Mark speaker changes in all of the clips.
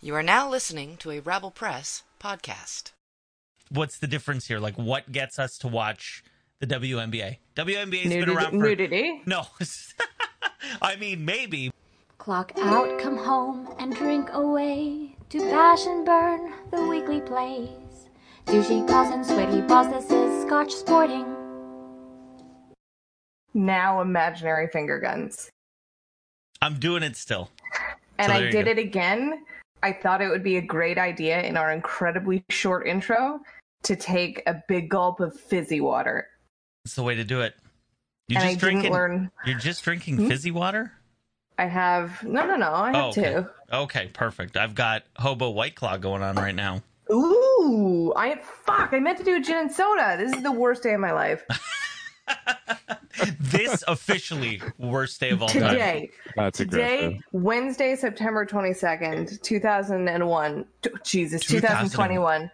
Speaker 1: You are now listening to a Rabble Press podcast.
Speaker 2: What's the difference here? Like, what gets us to watch the WNBA? WNBA's been
Speaker 3: Nudity,
Speaker 2: around for
Speaker 3: nudity.
Speaker 2: no. I mean, maybe.
Speaker 4: Clock out, come home, and drink away to bash and burn the weekly plays. Douchey calls and sweaty balls, this is Scotch Sporting.
Speaker 3: Now imaginary finger guns.
Speaker 2: I'm doing it still.
Speaker 3: And
Speaker 2: So there
Speaker 3: I
Speaker 2: you
Speaker 3: did
Speaker 2: go.
Speaker 3: it again. I thought it would be a great idea in our incredibly short intro to take a big gulp of fizzy water.
Speaker 2: It's the way to do it. You
Speaker 3: and I
Speaker 2: just drinking.
Speaker 3: didn't learn.
Speaker 2: You're just drinking fizzy water.
Speaker 3: I have no, no, no. I have
Speaker 2: oh, okay.
Speaker 3: two.
Speaker 2: Okay, perfect. I've got hobo white claw going on right now.
Speaker 3: Ooh, I fuck. I meant to do a gin and soda. This is the worst day of my life
Speaker 2: Oh, this officially worst day of all time.
Speaker 3: today.
Speaker 5: That's
Speaker 3: Today,
Speaker 5: aggressive.
Speaker 3: Wednesday, September 22nd, 2001. T- Jesus,
Speaker 2: 2001.
Speaker 3: 2021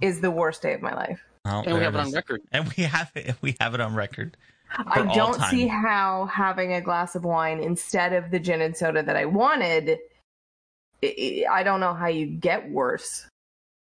Speaker 3: is the worst day of my life.
Speaker 2: Oh,
Speaker 6: And we have it
Speaker 2: there is.
Speaker 6: on record.
Speaker 2: And we have it. We have it on record.
Speaker 3: I
Speaker 2: for all
Speaker 3: don't
Speaker 2: time.
Speaker 3: see how having a glass of wine instead of the gin and soda that I wanted. I- I I don't know how you get worse.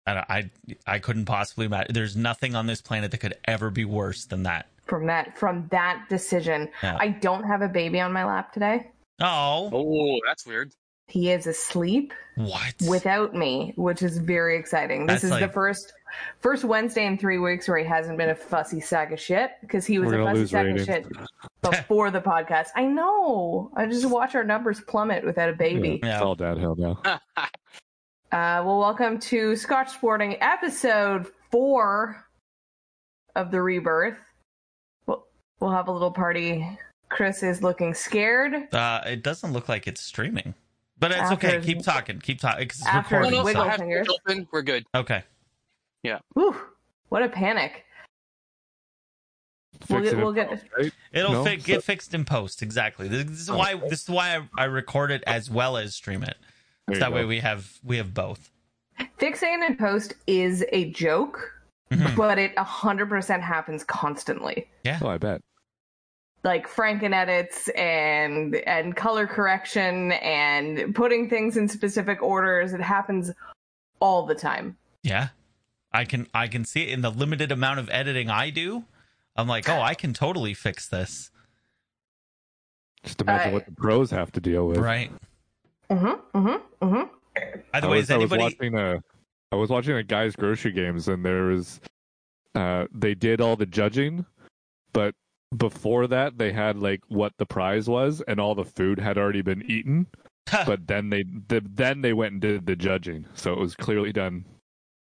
Speaker 2: I, don't- I I couldn't possibly imagine. There's nothing on this planet that could ever be worse than that.
Speaker 3: From that, from that decision,
Speaker 2: Yeah.
Speaker 3: I don't have a baby on my lap today.
Speaker 2: Oh,
Speaker 6: Oh, that's weird.
Speaker 3: He is asleep
Speaker 2: what?
Speaker 3: without me, which is very exciting. This
Speaker 2: That's
Speaker 3: is the
Speaker 2: like-
Speaker 3: first first Wednesday in three weeks where he hasn't been a fussy sack of shit because he was
Speaker 5: We're
Speaker 3: a
Speaker 5: gonna
Speaker 3: fussy
Speaker 5: lose
Speaker 3: sack of shit
Speaker 5: ratings.
Speaker 3: before the podcast. I know. I just watch our numbers plummet without a baby.
Speaker 2: Yeah.
Speaker 5: It's all downhill now.
Speaker 6: Ah,
Speaker 3: Uh, well, welcome to Scotch Sporting episode four of the rebirth. We'll, we'll have a little party. Chris is looking scared
Speaker 2: Uh, it doesn't look like it's streaming, but it's okay.
Speaker 3: After-
Speaker 2: Keep talking. Keep talking. Cause it's
Speaker 3: After
Speaker 6: No,
Speaker 2: recording.
Speaker 6: no,
Speaker 3: Wiggle
Speaker 6: I
Speaker 2: so-
Speaker 6: have
Speaker 3: fingers.
Speaker 6: it open. We're good.
Speaker 2: Okay.
Speaker 3: Whew, what a panic. We'll
Speaker 5: Fix
Speaker 3: get,
Speaker 5: it
Speaker 3: we'll
Speaker 5: in
Speaker 3: get,
Speaker 5: Right?
Speaker 2: It'll
Speaker 5: No,
Speaker 2: fi-
Speaker 5: so- Oh.
Speaker 2: get fixed in post. Exactly. This is why. This is why I, I record it as well as stream it. So
Speaker 5: There you
Speaker 2: that
Speaker 5: go.
Speaker 2: way we have we have both.
Speaker 3: fixing and post is a joke,
Speaker 2: Mhm.
Speaker 3: but it 100% happens constantly.
Speaker 2: Yeah.
Speaker 5: Oh, I bet.
Speaker 3: like franken edits and and color correction and putting things in specific orders it happens all the time
Speaker 2: Yeah. I can I can see it in the limited amount of editing I do. I'm like, oh, I can totally fix this.
Speaker 5: Just imagine
Speaker 3: I-
Speaker 5: what the pros have to deal with.
Speaker 2: Right.
Speaker 3: mm-hmm mm-hmm mm-hmm
Speaker 2: By the
Speaker 5: I
Speaker 2: way,
Speaker 5: was,
Speaker 2: is anybody?
Speaker 5: I was watching a, I was watching a guys' grocery games, and there was, uh, they did all the judging, but before that, they had like what the prize was, and all the food had already been eaten. but then they, the, then they went and did the judging, so it was clearly done.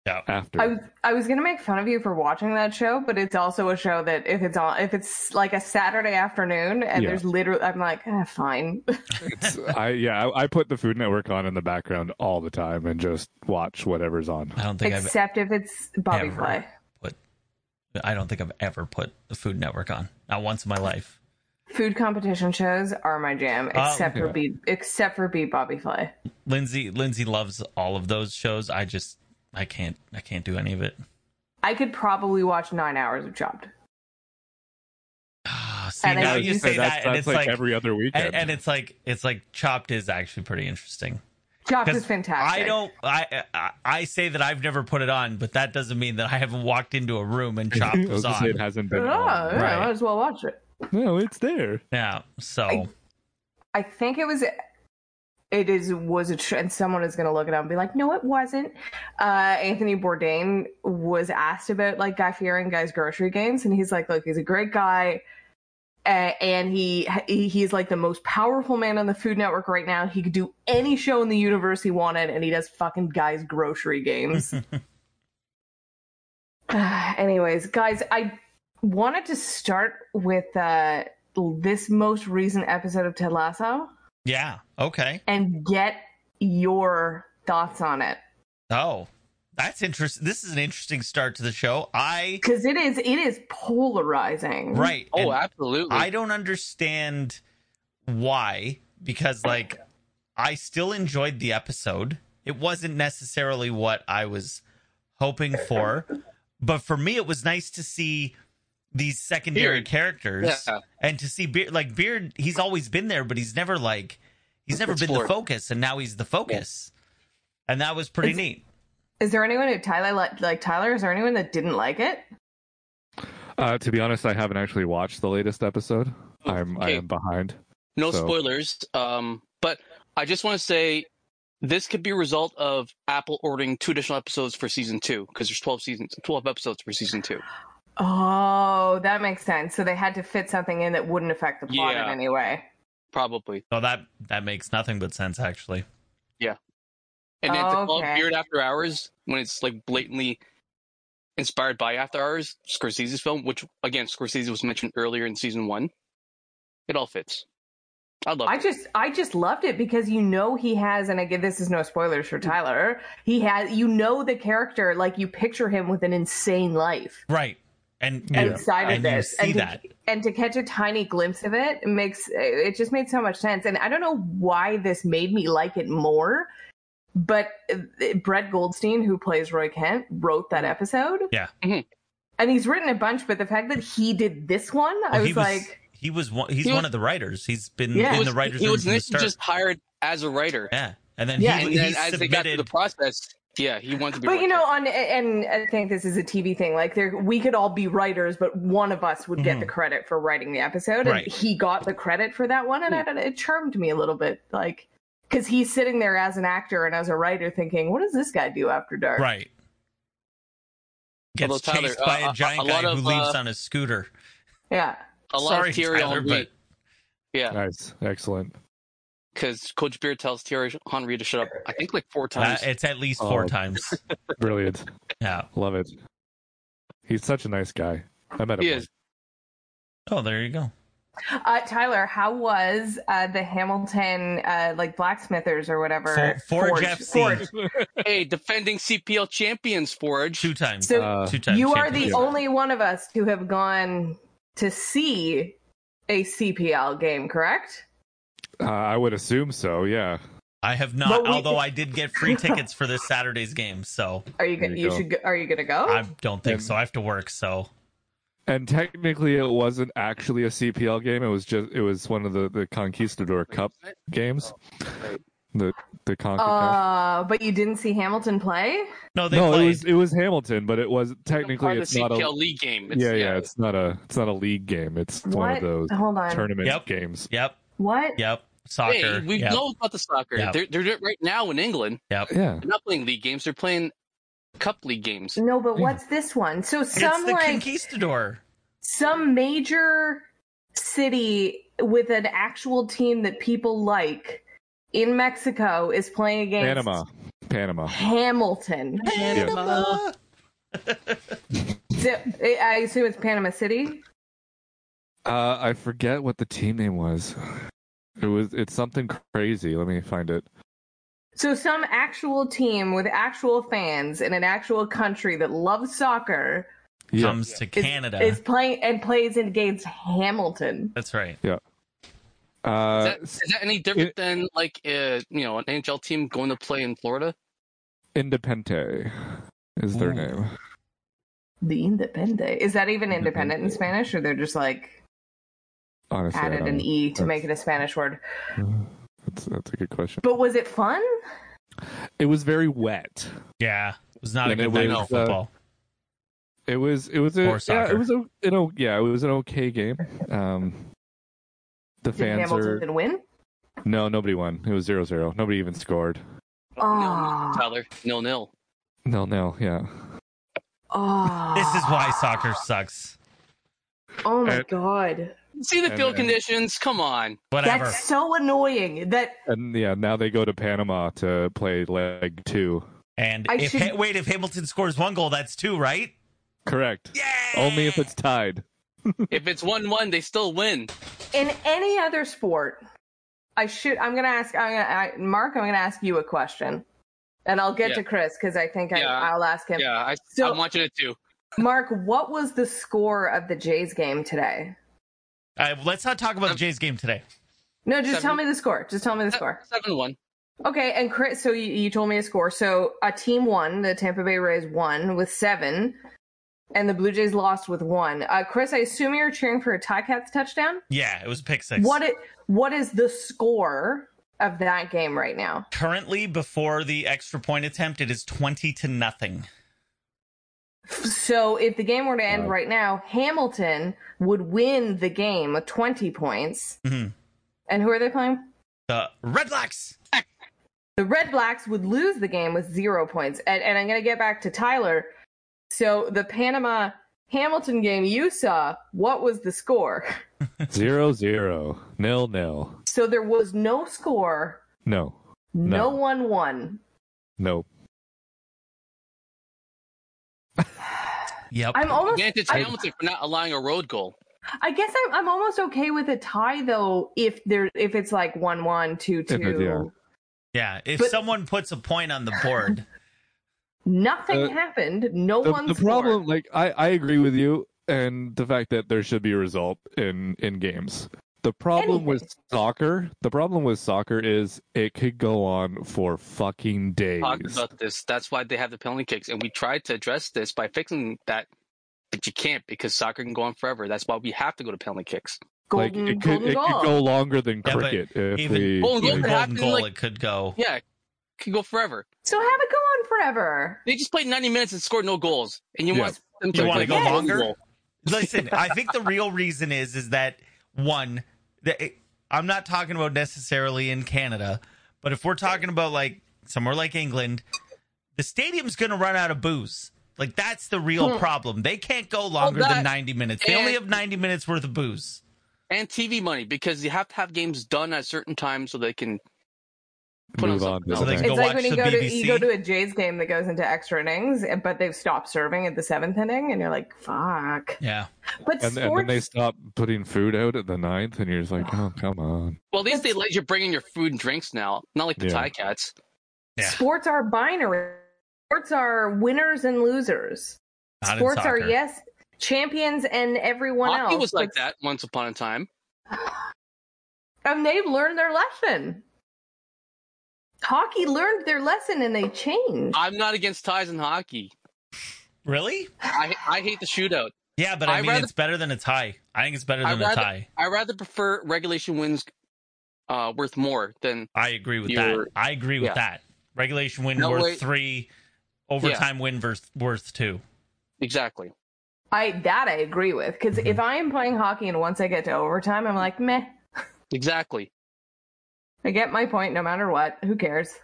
Speaker 2: Yeah.
Speaker 5: After
Speaker 3: i was i was gonna make fun of you for watching that show but it's also a show that if it's on if it's like a saturday afternoon and
Speaker 5: Yeah.
Speaker 3: there's literally i'm like eh, fine
Speaker 5: It's- I yeah, I, I put the Food Network on in the background all the time and just watch whatever's on.
Speaker 2: I don't think I've
Speaker 3: except if it's bobby
Speaker 2: Ever.
Speaker 3: flay
Speaker 2: put. I don't think I've ever put the Food Network on. Not once in my life.
Speaker 3: food competition shows are my jam
Speaker 2: Oh,
Speaker 3: except for
Speaker 5: yeah.
Speaker 3: beat except for beat bobby flay
Speaker 2: Lindsay Lindsay loves all of those shows. I just I can't I can't do any of it.
Speaker 3: i could probably watch nine hours of chopped
Speaker 2: Ah, See
Speaker 3: And I
Speaker 2: now
Speaker 3: think
Speaker 2: you
Speaker 3: you
Speaker 2: say
Speaker 5: that's,
Speaker 2: that, and
Speaker 5: that's
Speaker 2: it's like,
Speaker 5: every other weekend.
Speaker 2: and, and it's like it's like Chopped is actually pretty interesting.
Speaker 3: chopped
Speaker 2: 'Cause
Speaker 3: is fantastic
Speaker 2: I don't I, I I say that I've never put it on, but that doesn't mean that I haven't walked into a room and Chopped
Speaker 5: I was
Speaker 2: was
Speaker 5: gonna say it
Speaker 2: on.
Speaker 5: hasn't
Speaker 3: Oh,
Speaker 5: been.
Speaker 3: yeah,
Speaker 2: Right.
Speaker 3: might as well watch it.
Speaker 5: No, it's there.
Speaker 2: Yeah, so
Speaker 3: I- I think it was. It is was a tr- and someone is going to look it up and be like, no, it wasn't. Uh, Anthony Bourdain was asked about like Guy Fieri and Guy's grocery games, and he's like, look, he's a great guy, uh, and he he- he's like the most powerful man on the Food Network right now. He could do any show in the universe he wanted, and he does fucking Guy's grocery games. Anyways, guys, I wanted to start with uh, this most recent episode of Ted Lasso
Speaker 2: yeah, okay.
Speaker 3: and get your thoughts on it
Speaker 2: Oh, that's interesting. This is an interesting start to the show. I
Speaker 3: because it is it is polarizing.
Speaker 2: right.
Speaker 6: Oh,
Speaker 2: and-
Speaker 6: absolutely.
Speaker 2: I don't understand why, because like I still enjoyed the episode. It wasn't necessarily what I was hoping for, but for me, it was nice to see these secondary
Speaker 6: Beard.
Speaker 2: characters
Speaker 6: Yeah.
Speaker 2: and to see Beard. Like Beard, he's always been there, but he's never like he's never been the
Speaker 6: Explored.
Speaker 2: focus, and now he's the focus. and that was pretty neat.
Speaker 3: Is there anyone who Tyler li- like Tyler? Is there anyone that didn't like it?
Speaker 5: Uh, to be honest, I haven't actually watched the latest episode.
Speaker 6: Oh,
Speaker 5: I'm I
Speaker 6: okay.
Speaker 5: am behind.
Speaker 6: No
Speaker 5: So-
Speaker 6: spoilers, um, but I just want to say this could be a result of Apple ordering two additional episodes for season two because there's 12 seasons, 12 episodes for season two.
Speaker 3: Oh, that makes sense. So they had to fit something in that wouldn't affect the plot
Speaker 6: Yeah.
Speaker 3: in any way.
Speaker 6: Probably.
Speaker 2: So that that makes nothing but sense actually.
Speaker 6: And then to call it
Speaker 3: Oh, Okay.
Speaker 6: Weird After Hours when it's like blatantly inspired by After Hours, Scorsese's film, which again, Scorsese was mentioned earlier in season one. It all fits. I love
Speaker 3: I
Speaker 6: it.
Speaker 3: just I just loved it because you know he has and again this is no spoilers for Tyler. He has you know the character like you picture him with an insane life
Speaker 2: Right. And
Speaker 5: Yeah.
Speaker 2: and,
Speaker 3: inside of
Speaker 2: and you
Speaker 3: this
Speaker 2: see
Speaker 3: and
Speaker 2: that.
Speaker 3: To, and to catch a tiny glimpse of it makes it just made so much sense and I don't know why this made me like it more but uh, Brett Goldstein who plays Roy Kent wrote that episode.
Speaker 2: Yeah.
Speaker 6: Mhm.
Speaker 3: And he's written a bunch but the fact that he did this one I
Speaker 2: Well,
Speaker 3: was,
Speaker 2: he
Speaker 3: like
Speaker 2: he was one, he's
Speaker 6: He
Speaker 2: one
Speaker 6: was-
Speaker 2: of the writers. He's been
Speaker 3: Yeah.
Speaker 2: in
Speaker 6: He
Speaker 2: the
Speaker 6: was-
Speaker 2: writers
Speaker 6: he
Speaker 2: room
Speaker 6: was
Speaker 2: from the
Speaker 6: initially
Speaker 2: start.
Speaker 6: just hired as a writer.
Speaker 2: yeah. And then
Speaker 3: Yeah,
Speaker 2: he,
Speaker 6: and
Speaker 2: he
Speaker 6: then as they got through
Speaker 2: submitted
Speaker 6: the process, yeah, he wanted to be.
Speaker 3: But you
Speaker 6: writer.
Speaker 3: know, on and I think this is a TV thing. Like, there we could all be writers, but one of us would get
Speaker 2: Mhm.
Speaker 3: the credit for writing the episode,
Speaker 2: Right.
Speaker 3: and he got the credit for that one, and I don't, it charmed me a little bit, like because he's sitting there as an actor and as a writer, thinking, "What does this guy do after dark?"
Speaker 2: right. Gets
Speaker 6: Although, Tyler,
Speaker 2: chased by
Speaker 6: uh,
Speaker 2: a
Speaker 6: a-
Speaker 2: giant
Speaker 6: a
Speaker 2: guy
Speaker 6: lot of,
Speaker 2: who leaves
Speaker 6: uh,
Speaker 2: on a scooter.
Speaker 3: Yeah,
Speaker 6: a lot
Speaker 2: Sorry,
Speaker 6: of Thierry
Speaker 2: Tyler,
Speaker 6: Henry.
Speaker 2: but
Speaker 6: Yeah,
Speaker 5: Nice, excellent.
Speaker 6: because Coach Beard tells Thierry Henry to shut up. I think like four
Speaker 2: uh,
Speaker 6: times.
Speaker 2: it's at least four
Speaker 5: Oh.
Speaker 2: times.
Speaker 5: Brilliant.
Speaker 2: Yeah.
Speaker 5: Love it. He's such a nice guy. I met him.
Speaker 6: He
Speaker 5: once.
Speaker 6: is.
Speaker 2: Oh, there you go.
Speaker 3: uh, Tyler, how was uh, the Hamilton uh, like blacksmithers or whatever?
Speaker 2: For- Forge
Speaker 3: Forge-
Speaker 2: FC.
Speaker 3: Forge.
Speaker 6: Hey, defending CPL champions Forge.
Speaker 2: Two times.
Speaker 3: So
Speaker 5: Uh,
Speaker 2: Two times.
Speaker 3: you are the
Speaker 2: championship.
Speaker 3: only one of us to have gone to see a CPL game, correct?
Speaker 5: Uh, I would assume so. Yeah.
Speaker 2: I have
Speaker 3: But
Speaker 2: not,
Speaker 3: we-
Speaker 2: although I did get free tickets for this Saturday's game, so
Speaker 3: Are you,
Speaker 5: There
Speaker 3: gonna
Speaker 5: you
Speaker 3: you
Speaker 5: go.
Speaker 3: should go, are you gonna go?
Speaker 2: I don't think so. I have to work, so
Speaker 5: And technically, it wasn't actually a CPL game. It was just it was one of the the Conquistador Cup games. The the Concacaf.
Speaker 3: uh, but you didn't see Hamilton play.
Speaker 2: no, they
Speaker 5: no,
Speaker 2: played.
Speaker 5: it was it was Hamilton, but it was
Speaker 6: Part
Speaker 5: technically
Speaker 6: of
Speaker 5: it's
Speaker 6: the
Speaker 5: not
Speaker 6: CPL
Speaker 5: a
Speaker 6: league game. It's-
Speaker 5: yeah yeah it's not a it's not a league game. It's one
Speaker 3: What?
Speaker 5: of those
Speaker 3: Hold on.
Speaker 5: tournament
Speaker 2: Yep.
Speaker 5: games.
Speaker 2: Yep,
Speaker 3: What?
Speaker 2: yep.
Speaker 6: Hey,
Speaker 2: Soccer.
Speaker 6: we
Speaker 2: yep,
Speaker 6: know about the soccer.
Speaker 2: Yeah.
Speaker 6: They're, they're doing it right now in England.
Speaker 5: Yeah.
Speaker 6: They're not playing league games. They're playing cup league games.
Speaker 3: No, but what's this one? So
Speaker 2: It's
Speaker 3: some
Speaker 2: the
Speaker 3: like
Speaker 2: conquistador.
Speaker 3: some major city with an actual team that people like in Mexico is playing against
Speaker 5: Panama, Panama.
Speaker 3: Hamilton.
Speaker 2: Panama.
Speaker 3: So, I I assume it's Panama City.
Speaker 5: Uh, I forget what the team name was. It was it's something crazy. Let me find it.
Speaker 3: So some actual team with actual fans in an actual country that loves soccer
Speaker 5: Yeah.
Speaker 2: Comes to
Speaker 3: is,
Speaker 2: Canada.
Speaker 3: is playing and plays against Hamilton.
Speaker 2: That's right.
Speaker 6: Is
Speaker 5: Uh,
Speaker 6: that, is that any different
Speaker 5: it-
Speaker 6: than like uh, you know an NHL team going to play in Florida?
Speaker 5: Independente is their
Speaker 2: Ooh.
Speaker 5: name.
Speaker 3: The Independent. Is that even independent in Spanish or they're just like
Speaker 5: Honestly, I
Speaker 3: added
Speaker 5: don't
Speaker 3: an
Speaker 5: know.
Speaker 3: E to make it a Spanish word?
Speaker 5: That's that's a good question.
Speaker 3: But was it fun?
Speaker 5: It was very wet.
Speaker 2: Yeah, it was not a
Speaker 5: And
Speaker 2: good night
Speaker 5: it was,
Speaker 2: for
Speaker 5: uh,
Speaker 2: football.
Speaker 5: It was it was a
Speaker 2: Or
Speaker 5: yeah
Speaker 2: soccer.
Speaker 5: it was a you know yeah it was an okay game. Um, the
Speaker 3: Did
Speaker 5: fans
Speaker 3: Hamilton
Speaker 5: are
Speaker 3: did win?
Speaker 5: no nobody won. It was zero zero. Nobody even scored.
Speaker 3: Oh,
Speaker 6: Tyler, nil nil.
Speaker 5: No no yeah.
Speaker 3: oh,
Speaker 2: This is why soccer sucks.
Speaker 3: Oh my
Speaker 5: And-
Speaker 3: god,
Speaker 6: See the
Speaker 5: And-
Speaker 6: field
Speaker 5: and-
Speaker 6: conditions. Come on.
Speaker 2: Whatever.
Speaker 3: that's so annoying. That
Speaker 5: And yeah now they go to Panama to play leg two.
Speaker 2: And
Speaker 3: I
Speaker 2: if
Speaker 3: should-
Speaker 2: Ha- wait, if Hamilton scores one goal, that's two, right?
Speaker 5: Correct.
Speaker 2: Yeah.
Speaker 5: Only if it's tied.
Speaker 6: if it's one one, they still win.
Speaker 3: in any other sport, I should. I'm gonna ask. I'm gonna, I, Mark. I'm gonna ask you a question, and I'll get
Speaker 6: Yeah.
Speaker 3: to Chris because I think I,
Speaker 6: Yeah.
Speaker 3: I'll ask him.
Speaker 6: Yeah, I,
Speaker 3: So-
Speaker 6: I'm watching it too.
Speaker 3: Mark, what was the score of the Jays game today?
Speaker 2: Uh, let's not talk about
Speaker 5: Um,
Speaker 2: the Jays game today.
Speaker 3: No, just tell
Speaker 6: Seven.
Speaker 3: me the score. Just tell me the score.
Speaker 6: Seven one.
Speaker 3: Okay, and Chris, so you, you told me a score. So a team won, the Tampa Bay Rays won with seven, and the Blue Jays lost with one. Uh, Chris, I assume you're cheering for a Ticats touchdown.
Speaker 2: Yeah, it was a pick six.
Speaker 3: What it? What is the score of that game right now?
Speaker 2: Currently, before the extra point attempt, it is 20 to nothing.
Speaker 3: So if the game were to end
Speaker 5: Wow.
Speaker 3: right now, Hamilton would win the game with 20 points.
Speaker 2: Mhm.
Speaker 3: And who are they playing?
Speaker 2: The Redlocks!
Speaker 3: The Red Blacks would lose the game with zero points. And, and I'm going to get back to Tyler. So the Panama Hamilton game you saw, what was the score?
Speaker 5: zero zero nil nil.
Speaker 3: So there was no score.
Speaker 5: No,
Speaker 3: No,
Speaker 5: No.
Speaker 3: one won.
Speaker 5: no.
Speaker 2: Yep.
Speaker 3: I'm almost.
Speaker 6: Again, it's
Speaker 3: I,
Speaker 6: Hamilton for not allowing a road goal.
Speaker 3: I guess I'm, I'm almost okay with a tie though. If there, if it's like one one two two,
Speaker 5: If it- yeah.
Speaker 2: yeah, if
Speaker 3: but-
Speaker 2: someone puts a point on the board,
Speaker 3: nothing
Speaker 5: Uh,
Speaker 3: happened. No
Speaker 5: The,
Speaker 3: one.
Speaker 5: the
Speaker 3: scored.
Speaker 5: problem, like I, I agree with you, and the fact that there should be a result in in games. The problem with soccer, the problem with soccer is it could go on for fucking days.
Speaker 6: Talked about this. That's why they have the penalty kicks, and we tried to address this by fixing that, but you can't because soccer can go on forever. That's why we have to go to penalty kicks.
Speaker 5: like
Speaker 3: golden
Speaker 5: it could
Speaker 3: golden
Speaker 5: it
Speaker 3: goal.
Speaker 5: could go longer than
Speaker 2: Yeah, but
Speaker 5: cricket if
Speaker 2: even-
Speaker 5: we
Speaker 6: Well,
Speaker 5: like,
Speaker 6: yeah,
Speaker 2: golden
Speaker 6: it happened,
Speaker 2: goal,
Speaker 6: like-
Speaker 2: it could go.
Speaker 6: Yeah, it can go forever.
Speaker 3: So have it go on forever.
Speaker 6: They just played 90 minutes and scored no goals, and you
Speaker 5: Yeah.
Speaker 6: want them
Speaker 2: You
Speaker 6: to
Speaker 2: wanna
Speaker 6: play
Speaker 2: go
Speaker 6: one
Speaker 2: longer?
Speaker 6: goal.
Speaker 2: Listen, I think the real reason is is that one that it, I'm not talking about necessarily in Canada, but if we're talking about like somewhere like England, the stadium's going to run out of booze. Like that's the real problem. They can't go longer
Speaker 6: Hmm. that-
Speaker 2: than 90 minutes. They
Speaker 6: and-
Speaker 2: only have 90 minutes worth of booze.
Speaker 6: And TV money because you have to have games done at a certain time so they can put on
Speaker 5: move on.
Speaker 6: something
Speaker 5: to
Speaker 6: else.
Speaker 2: So
Speaker 5: the
Speaker 2: they
Speaker 5: next.
Speaker 2: can Go
Speaker 3: It's like
Speaker 2: watch
Speaker 3: when you
Speaker 2: the
Speaker 3: go to
Speaker 2: BBC.
Speaker 3: you go to a Jays game that goes into extra innings, eh, but they've stopped serving at the seventh inning, and you're like, "Fuck!"
Speaker 2: Yeah.
Speaker 3: But
Speaker 5: and, and
Speaker 3: sports,
Speaker 5: then they stop putting food out at the ninth, and you're just like, oh come on.
Speaker 6: Well, at least they let you bring in your food and drinks now, not like the
Speaker 5: Yeah.
Speaker 6: Thai cats.
Speaker 2: Yeah.
Speaker 3: sports are binary. Sports are winners and losers.
Speaker 2: Not in
Speaker 3: sports are
Speaker 2: soccer.
Speaker 3: yes champions and everyone
Speaker 6: Hockey
Speaker 3: else
Speaker 6: was like
Speaker 3: but-
Speaker 6: that once upon a time.
Speaker 3: and they've learned their lesson. Hockey learned their lesson and they changed.
Speaker 6: I'm not against ties in hockey.
Speaker 2: Really?
Speaker 6: I I hate the shootout.
Speaker 2: Yeah, but I,
Speaker 6: I'd
Speaker 2: mean
Speaker 6: rather-
Speaker 2: it's better than a tie. I think it's better
Speaker 6: I'd
Speaker 2: than a
Speaker 6: rather-
Speaker 2: tie.
Speaker 6: I rather prefer regulation wins uh, worth more than
Speaker 2: I agree with
Speaker 6: You're-
Speaker 2: that. I agree with
Speaker 6: yeah.
Speaker 2: that. Regulation win
Speaker 6: No,
Speaker 2: worth
Speaker 6: wait.
Speaker 2: 3, overtime win versus worth 2.
Speaker 6: exactly.
Speaker 3: I that I agree with because
Speaker 2: Mm-hmm.
Speaker 3: if I am playing hockey and once I get to overtime, I'm like meh.
Speaker 6: Exactly.
Speaker 3: I get my point no matter what. Who cares?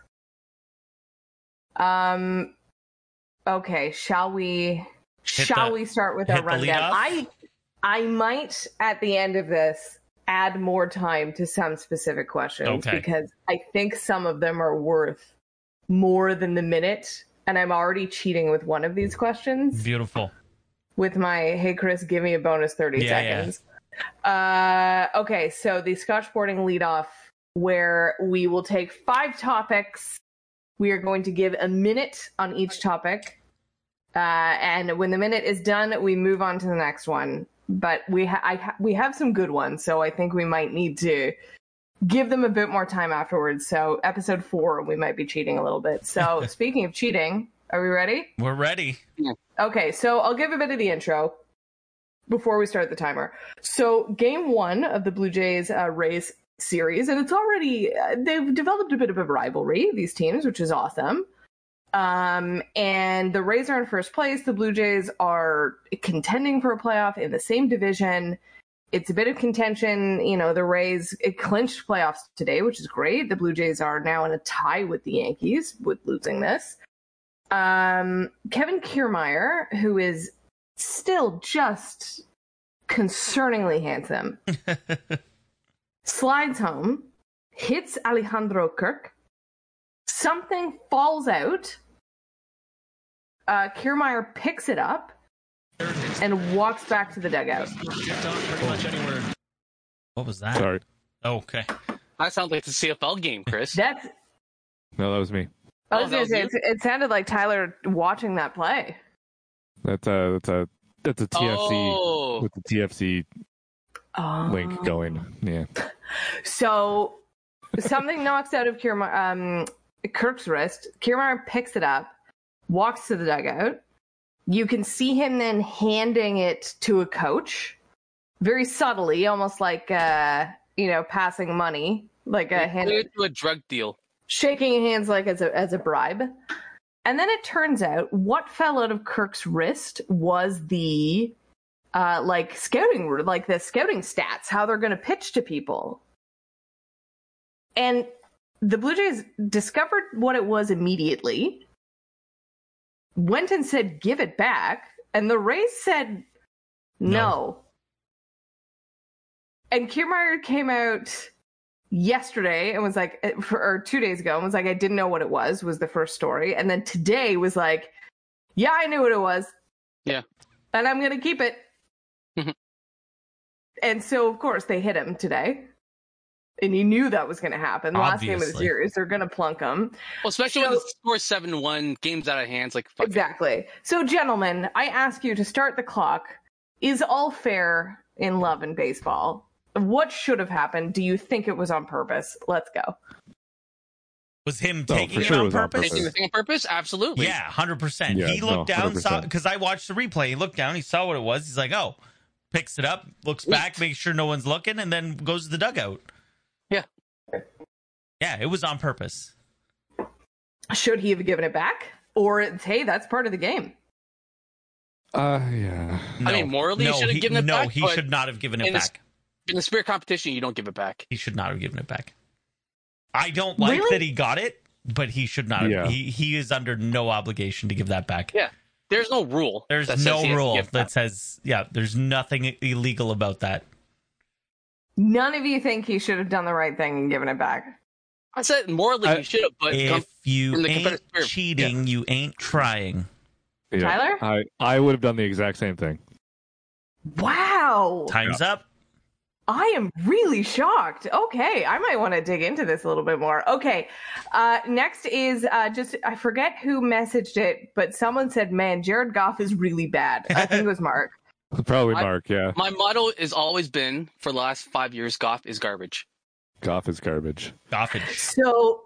Speaker 3: Um. Okay, shall we?
Speaker 2: Hit
Speaker 3: shall
Speaker 2: the-
Speaker 3: we start with
Speaker 2: hit
Speaker 3: our
Speaker 2: the lead
Speaker 3: rundown?
Speaker 2: off?
Speaker 3: I I might at the end of this add more time to some specific questions
Speaker 2: Okay.
Speaker 3: because I think some of them are worth more than the minute, and I'm already cheating with one of these questions
Speaker 2: Beautiful.
Speaker 3: with my hey Chris, give me a bonus thirty
Speaker 2: Yeah, yeah.
Speaker 3: seconds. Uh, okay, so the Scotch boarding leadoff, where we will take five topics. We are going to give a minute on each topic, uh, and when the minute is done, we move on to the next one. But we ha- I ha- we have some good ones, so I think we might need to give them a bit more time afterwards. So episode four, we might be cheating a little bit. So speaking of cheating, are we ready?
Speaker 2: We're ready.
Speaker 3: Okay, so I'll give a bit of the intro before we start the timer. So, game one of the Blue Jays uh, Rays series, and it's already, uh, they've developed a bit of a rivalry, these teams, which is awesome. Um, and the Rays are in first place. The Blue Jays are contending for a playoff in the same division. It's a bit of contention. You know, the Rays it clinched playoffs today, which is great. The Blue Jays are now in a tie with the Yankees with losing this um, Kevin Kiermeyer, who is still just concerningly handsome, slides home, hits Alejandro Kirk, something falls out. Uh, Kiermeyer picks it up and walks back to the dugout.
Speaker 2: What was that?
Speaker 5: Sorry,
Speaker 2: Oh, Okay.
Speaker 6: That sounds like the CFL game, Chris.
Speaker 3: That's.
Speaker 5: no, that was me.
Speaker 3: I
Speaker 6: Oh,
Speaker 3: was
Speaker 6: that
Speaker 3: gonna
Speaker 6: was
Speaker 3: say,
Speaker 6: you?
Speaker 3: it, it sounded like Tyler watching that play.
Speaker 5: That's a that's a that's a TFC
Speaker 6: Oh,
Speaker 5: with the TFC
Speaker 3: Oh.
Speaker 5: link going. Yeah,
Speaker 3: So something knocks out of Kierma- um, Kirk's wrist. Kiermaier picks it up, walks to the dugout. You can see him then handing it to a coach, very subtly, almost like uh, you know passing money, like a hand,
Speaker 6: Clear to a drug deal.
Speaker 3: shaking hands like as a as a bribe. And then it turns out what fell out of Kirk's wrist was the uh like scouting like the scouting stats, how they're going to pitch to people. And the Blue Jays discovered what it was immediately. Went and said give it back, and the Rays said no.
Speaker 2: No.
Speaker 3: And Kiermaier came out yesterday and was like eh, for, or two days ago and was like i didn't know what it was was the first story and then today was like yeah i knew what it was
Speaker 6: Yeah.
Speaker 3: and i'm gonna keep it
Speaker 6: Mhm.
Speaker 3: and so of course they hit him today and he knew that was gonna happen the last game of the
Speaker 2: Obviously.
Speaker 3: series they're gonna plunk him
Speaker 6: Well, especially when
Speaker 3: So-
Speaker 6: the score seven one, games out of hands. Like fuck it.
Speaker 3: exactly so gentlemen i ask you to start the clock is all fair in love and baseball what should have happened do you think it was on purpose let's go
Speaker 2: Was him
Speaker 5: Oh,
Speaker 2: taking
Speaker 5: for
Speaker 2: it
Speaker 5: sure it
Speaker 2: on
Speaker 5: was on
Speaker 2: purpose?
Speaker 6: Taking the thing on purpose, absolutely.
Speaker 2: Yeah, hundred percent.
Speaker 5: Yeah,
Speaker 2: He
Speaker 5: no,
Speaker 2: looked down, saw
Speaker 5: 100%.
Speaker 2: because I watched the replay. He looked down, he saw what it was. He's like, "Oh," picks it up, looks back, makes sure no one's looking, and then goes to the dugout.
Speaker 6: Yeah.
Speaker 2: yeah, it was on purpose.
Speaker 3: should he have given it back or it's, hey that's part of the game
Speaker 5: Uh, yeah.
Speaker 6: I mean, morally, he should have given it
Speaker 2: no,
Speaker 6: back,
Speaker 2: he
Speaker 6: but
Speaker 2: should not have given it
Speaker 6: in the
Speaker 2: back.
Speaker 6: In the spirit of competition, you don't give it back.
Speaker 2: He should not have given it back. I don't like
Speaker 3: Really?
Speaker 2: that he got it, but he should not.
Speaker 5: Yeah.
Speaker 2: Have, he he is under no obligation to give that back.
Speaker 6: Yeah. There's no rule.
Speaker 2: There's
Speaker 6: that says
Speaker 2: no
Speaker 6: he has to
Speaker 2: rule
Speaker 6: give it
Speaker 2: that
Speaker 6: back.
Speaker 2: says yeah. There's nothing illegal about that.
Speaker 3: none of you think he should have done the right thing and given it back
Speaker 6: I said morally,
Speaker 5: I-
Speaker 6: you should have, but
Speaker 2: If
Speaker 6: com-
Speaker 2: you
Speaker 6: from the
Speaker 2: ain't
Speaker 6: competitive spirit.
Speaker 2: cheating, you ain't trying.
Speaker 5: yeah.
Speaker 3: Tyler?
Speaker 5: I, I would have done the exact same thing.
Speaker 3: wow
Speaker 2: Time's up.
Speaker 3: i am really shocked okay i might want to dig into this a little bit more okay uh next is uh just i forget who messaged it but someone said man jared goff is really bad i think it was mark
Speaker 5: Probably
Speaker 6: I-
Speaker 5: Mark, yeah.
Speaker 6: my motto has always been for the last five years, golf is garbage.
Speaker 5: Goff is garbage.
Speaker 2: Goffage.
Speaker 3: So,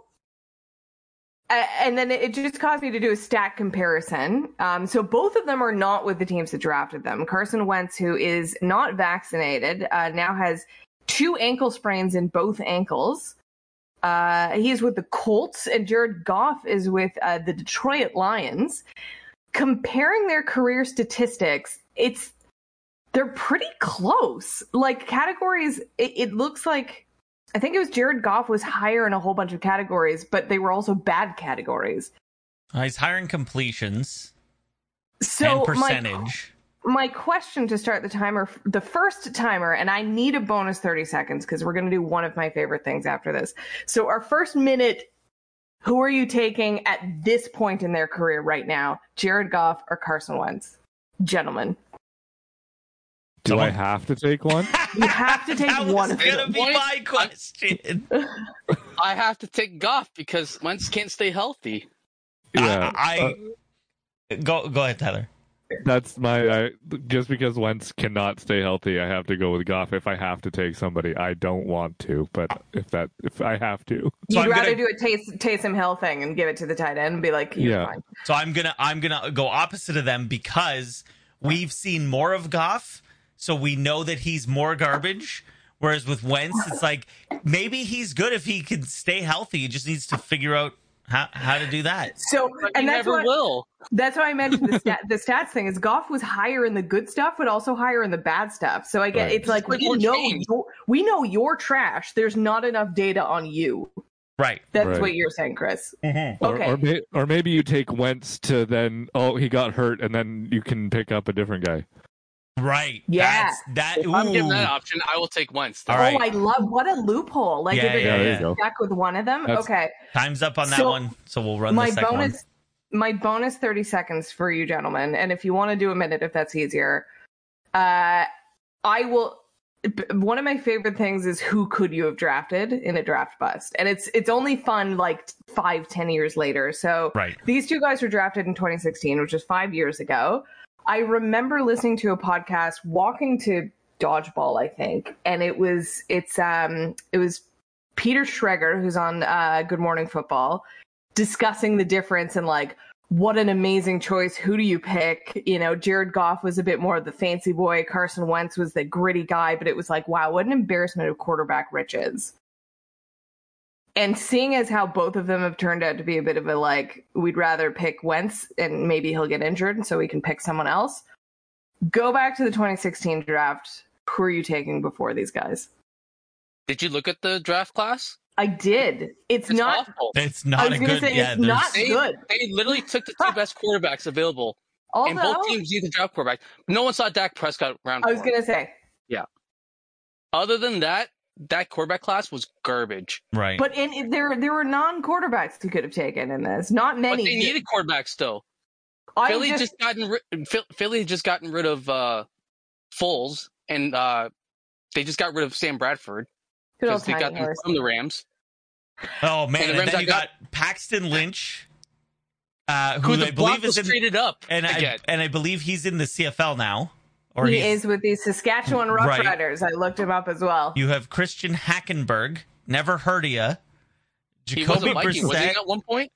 Speaker 3: a- and then it just caused me to do a stat comparison. Um, so both of them are not with the teams that drafted them. Carson Wentz, who is not vaccinated, uh, now has two ankle sprains in both ankles. Uh, he is with the Colts, and Jared Goff is with uh, the Detroit Lions. Comparing their career statistics, it's they're pretty close. Like categories, it, it looks like I think it was Jared Goff was higher in a whole bunch of categories, but they were also bad categories.
Speaker 2: Uh, he's hiring completions
Speaker 3: So
Speaker 2: and
Speaker 3: My,
Speaker 2: percentage.
Speaker 3: my question to start the timer, the first timer, and I need a bonus 30 seconds because we're going to do one of my favorite things after this. So our first minute, who are you taking at this point in their career right now? Jared Goff or Carson Wentz? Gentlemen,
Speaker 5: Do
Speaker 2: Someone-
Speaker 5: I have to take one?
Speaker 3: you have to take
Speaker 2: that was
Speaker 3: one of them.
Speaker 2: gonna be
Speaker 6: One-
Speaker 2: my question.
Speaker 6: I have to take golf because Wentz can't stay healthy.
Speaker 5: yeah. uh,
Speaker 2: I, I go go ahead, Tyler.
Speaker 5: That's my I, just because Wentz cannot stay healthy, I have to go with Goff. If I have to take somebody, I don't want to, but if that if I have to,
Speaker 2: So
Speaker 3: You'd
Speaker 2: I'm
Speaker 3: rather
Speaker 2: gonna-
Speaker 3: do a Tays- Taysom Hill thing and give it to the tight end and be like, you're
Speaker 5: Yeah.
Speaker 3: fine.
Speaker 2: So I'm gonna I'm gonna go opposite of them because we've seen more of Goff, so we know that he's more garbage. Whereas with Wentz, it's like maybe he's good if he can stay healthy. He just needs to figure out how how to do that.
Speaker 3: So,
Speaker 6: But
Speaker 3: and
Speaker 6: he
Speaker 3: that's
Speaker 6: never
Speaker 3: what,
Speaker 6: will.
Speaker 3: That's why I mentioned the, stat, the stats thing. Is Goff was higher in the good stuff, but also higher in the bad stuff. So I get
Speaker 5: Right.
Speaker 3: it's like
Speaker 6: Like
Speaker 3: we
Speaker 6: more
Speaker 3: know
Speaker 6: change.
Speaker 3: your, we know your trash. There's not enough data on you.
Speaker 2: Right.
Speaker 3: That's
Speaker 5: Right.
Speaker 3: what you're saying, Chris.
Speaker 5: or
Speaker 3: Okay.
Speaker 5: or, may, or maybe you take Wentz to then oh he got hurt and then you can pick up a different guy.
Speaker 2: Right.
Speaker 3: Yeah.
Speaker 2: That's, that.
Speaker 6: If I'm given
Speaker 2: ooh.
Speaker 6: that option, I will take Wentz.
Speaker 2: All right.
Speaker 3: Oh, I love what a loophole! Like
Speaker 2: Yeah,
Speaker 3: if you're
Speaker 5: Yeah,
Speaker 3: gonna
Speaker 5: there
Speaker 2: yeah.
Speaker 5: you go.
Speaker 3: stuck with one of them.
Speaker 5: That's-
Speaker 3: okay,
Speaker 2: Time's up on that
Speaker 3: So,
Speaker 2: one, so we'll run
Speaker 3: my
Speaker 2: the second
Speaker 3: bonus,
Speaker 2: one.
Speaker 3: my bonus thirty seconds for you, gentlemen. And if you want to do a minute, if that's easier, uh, I will. b- One of my favorite things is who could you have drafted in a draft bust, and it's it's only fun like five ten years later. So
Speaker 2: Right.
Speaker 3: these two guys were drafted in 2016, which is five years ago. I remember listening to a podcast, walking to dodgeball, I think, and it was it's um it was Peter Schreger who's on uh, Good Morning Football discussing the difference and like what an amazing choice. Who do you pick? You know, Jared Goff was a bit more of the fancy boy. Carson Wentz was the gritty guy, but it was like, wow, what an embarrassment of quarterback riches. And seeing as how both of them have turned out to be a bit of a like, we'd rather pick Wentz and maybe he'll get injured, and so we can pick someone else. Go back to the 2016 draft. Who are you taking before these guys?
Speaker 6: Did you look at the draft class?
Speaker 3: I did. It's,
Speaker 6: It's
Speaker 3: not.
Speaker 6: awful.
Speaker 2: It's
Speaker 3: I
Speaker 2: not
Speaker 3: was
Speaker 2: a
Speaker 3: gonna
Speaker 2: good.
Speaker 3: say,
Speaker 2: yeah,
Speaker 3: it's not
Speaker 2: there's-
Speaker 6: They,
Speaker 3: good.
Speaker 6: they literally took the two best quarterbacks available, and
Speaker 3: Although
Speaker 6: both teams used the draft quarterback. No one saw Dak Prescott round.
Speaker 3: I was
Speaker 6: four.
Speaker 3: gonna say,
Speaker 6: Other than that, that quarterback class was garbage.
Speaker 2: right.
Speaker 3: but in, in- there there were non quarterbacks who could have taken in this. Not
Speaker 6: But
Speaker 3: many.
Speaker 6: they needed quarterbacks though.
Speaker 3: I
Speaker 6: Philly
Speaker 3: just-
Speaker 6: just gotten ri- Phil- Philly had just gotten rid of uh, Foles, and uh, they just got rid of Sam Bradford
Speaker 3: good old
Speaker 6: because they
Speaker 3: Tiny
Speaker 6: got them
Speaker 3: Harris.
Speaker 6: from the Rams.
Speaker 2: oh man, and,
Speaker 6: and
Speaker 2: then
Speaker 6: Ramsey
Speaker 2: you got
Speaker 6: got-
Speaker 2: Paxton Lynch, uh, who,
Speaker 6: Who
Speaker 2: I
Speaker 6: the block
Speaker 2: believe
Speaker 6: was
Speaker 2: is in,
Speaker 6: traded up
Speaker 2: and I
Speaker 6: again.
Speaker 2: and I believe he's in the CFL now, or
Speaker 3: he
Speaker 2: he's-
Speaker 3: is with the Saskatchewan Rough
Speaker 2: Right.
Speaker 3: Riders. I looked him up as well.
Speaker 2: You have Christian Hackenberg, never heard of ya.
Speaker 6: he was
Speaker 2: Jacoby
Speaker 6: a Viking, was he
Speaker 2: Brissett.
Speaker 6: at one point?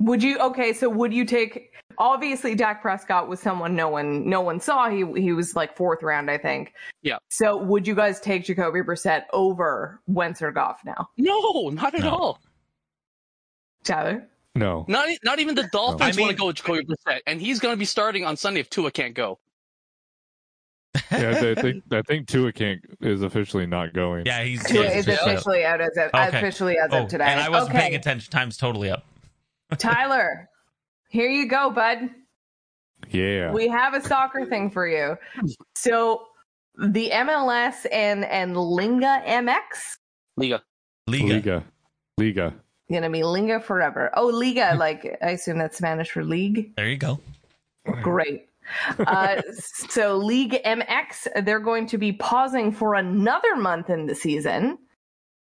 Speaker 3: Would you okay? So would you take? Obviously, Dak Prescott was someone no one no one saw. He he was like fourth round, I think.
Speaker 6: Yeah.
Speaker 3: So would you guys take Jacoby Brissett over Wentz or Goff now,
Speaker 6: No, not at
Speaker 2: No.
Speaker 6: all.
Speaker 3: Tyler?
Speaker 5: No.
Speaker 6: Not e- not even the Dolphins
Speaker 2: I mean-
Speaker 6: want to go with Jacoby Brissett, and he's going to be starting on Sunday if Tua can't go.
Speaker 5: Yeah, I think I think Tua can't is officially not going.
Speaker 2: Yeah, he's
Speaker 3: Tua
Speaker 2: yeah,
Speaker 3: is
Speaker 2: he's-
Speaker 3: officially out as of,
Speaker 2: Okay.
Speaker 3: officially as
Speaker 2: Oh,
Speaker 3: of today.
Speaker 2: and I wasn't
Speaker 3: okay,
Speaker 2: paying attention. Time's totally up.
Speaker 3: Tyler. Here you go, bud.
Speaker 5: Yeah.
Speaker 3: We have a soccer thing for you. So the MLS and and Linga MX
Speaker 6: Liga.
Speaker 2: Liga.
Speaker 5: Liga. Liga.
Speaker 3: gonna be Linga forever. Oh, Liga, like I assume that's Spanish for league.
Speaker 2: There you go.
Speaker 3: Great. Uh, so League MX, they're going to be pausing for another month in the season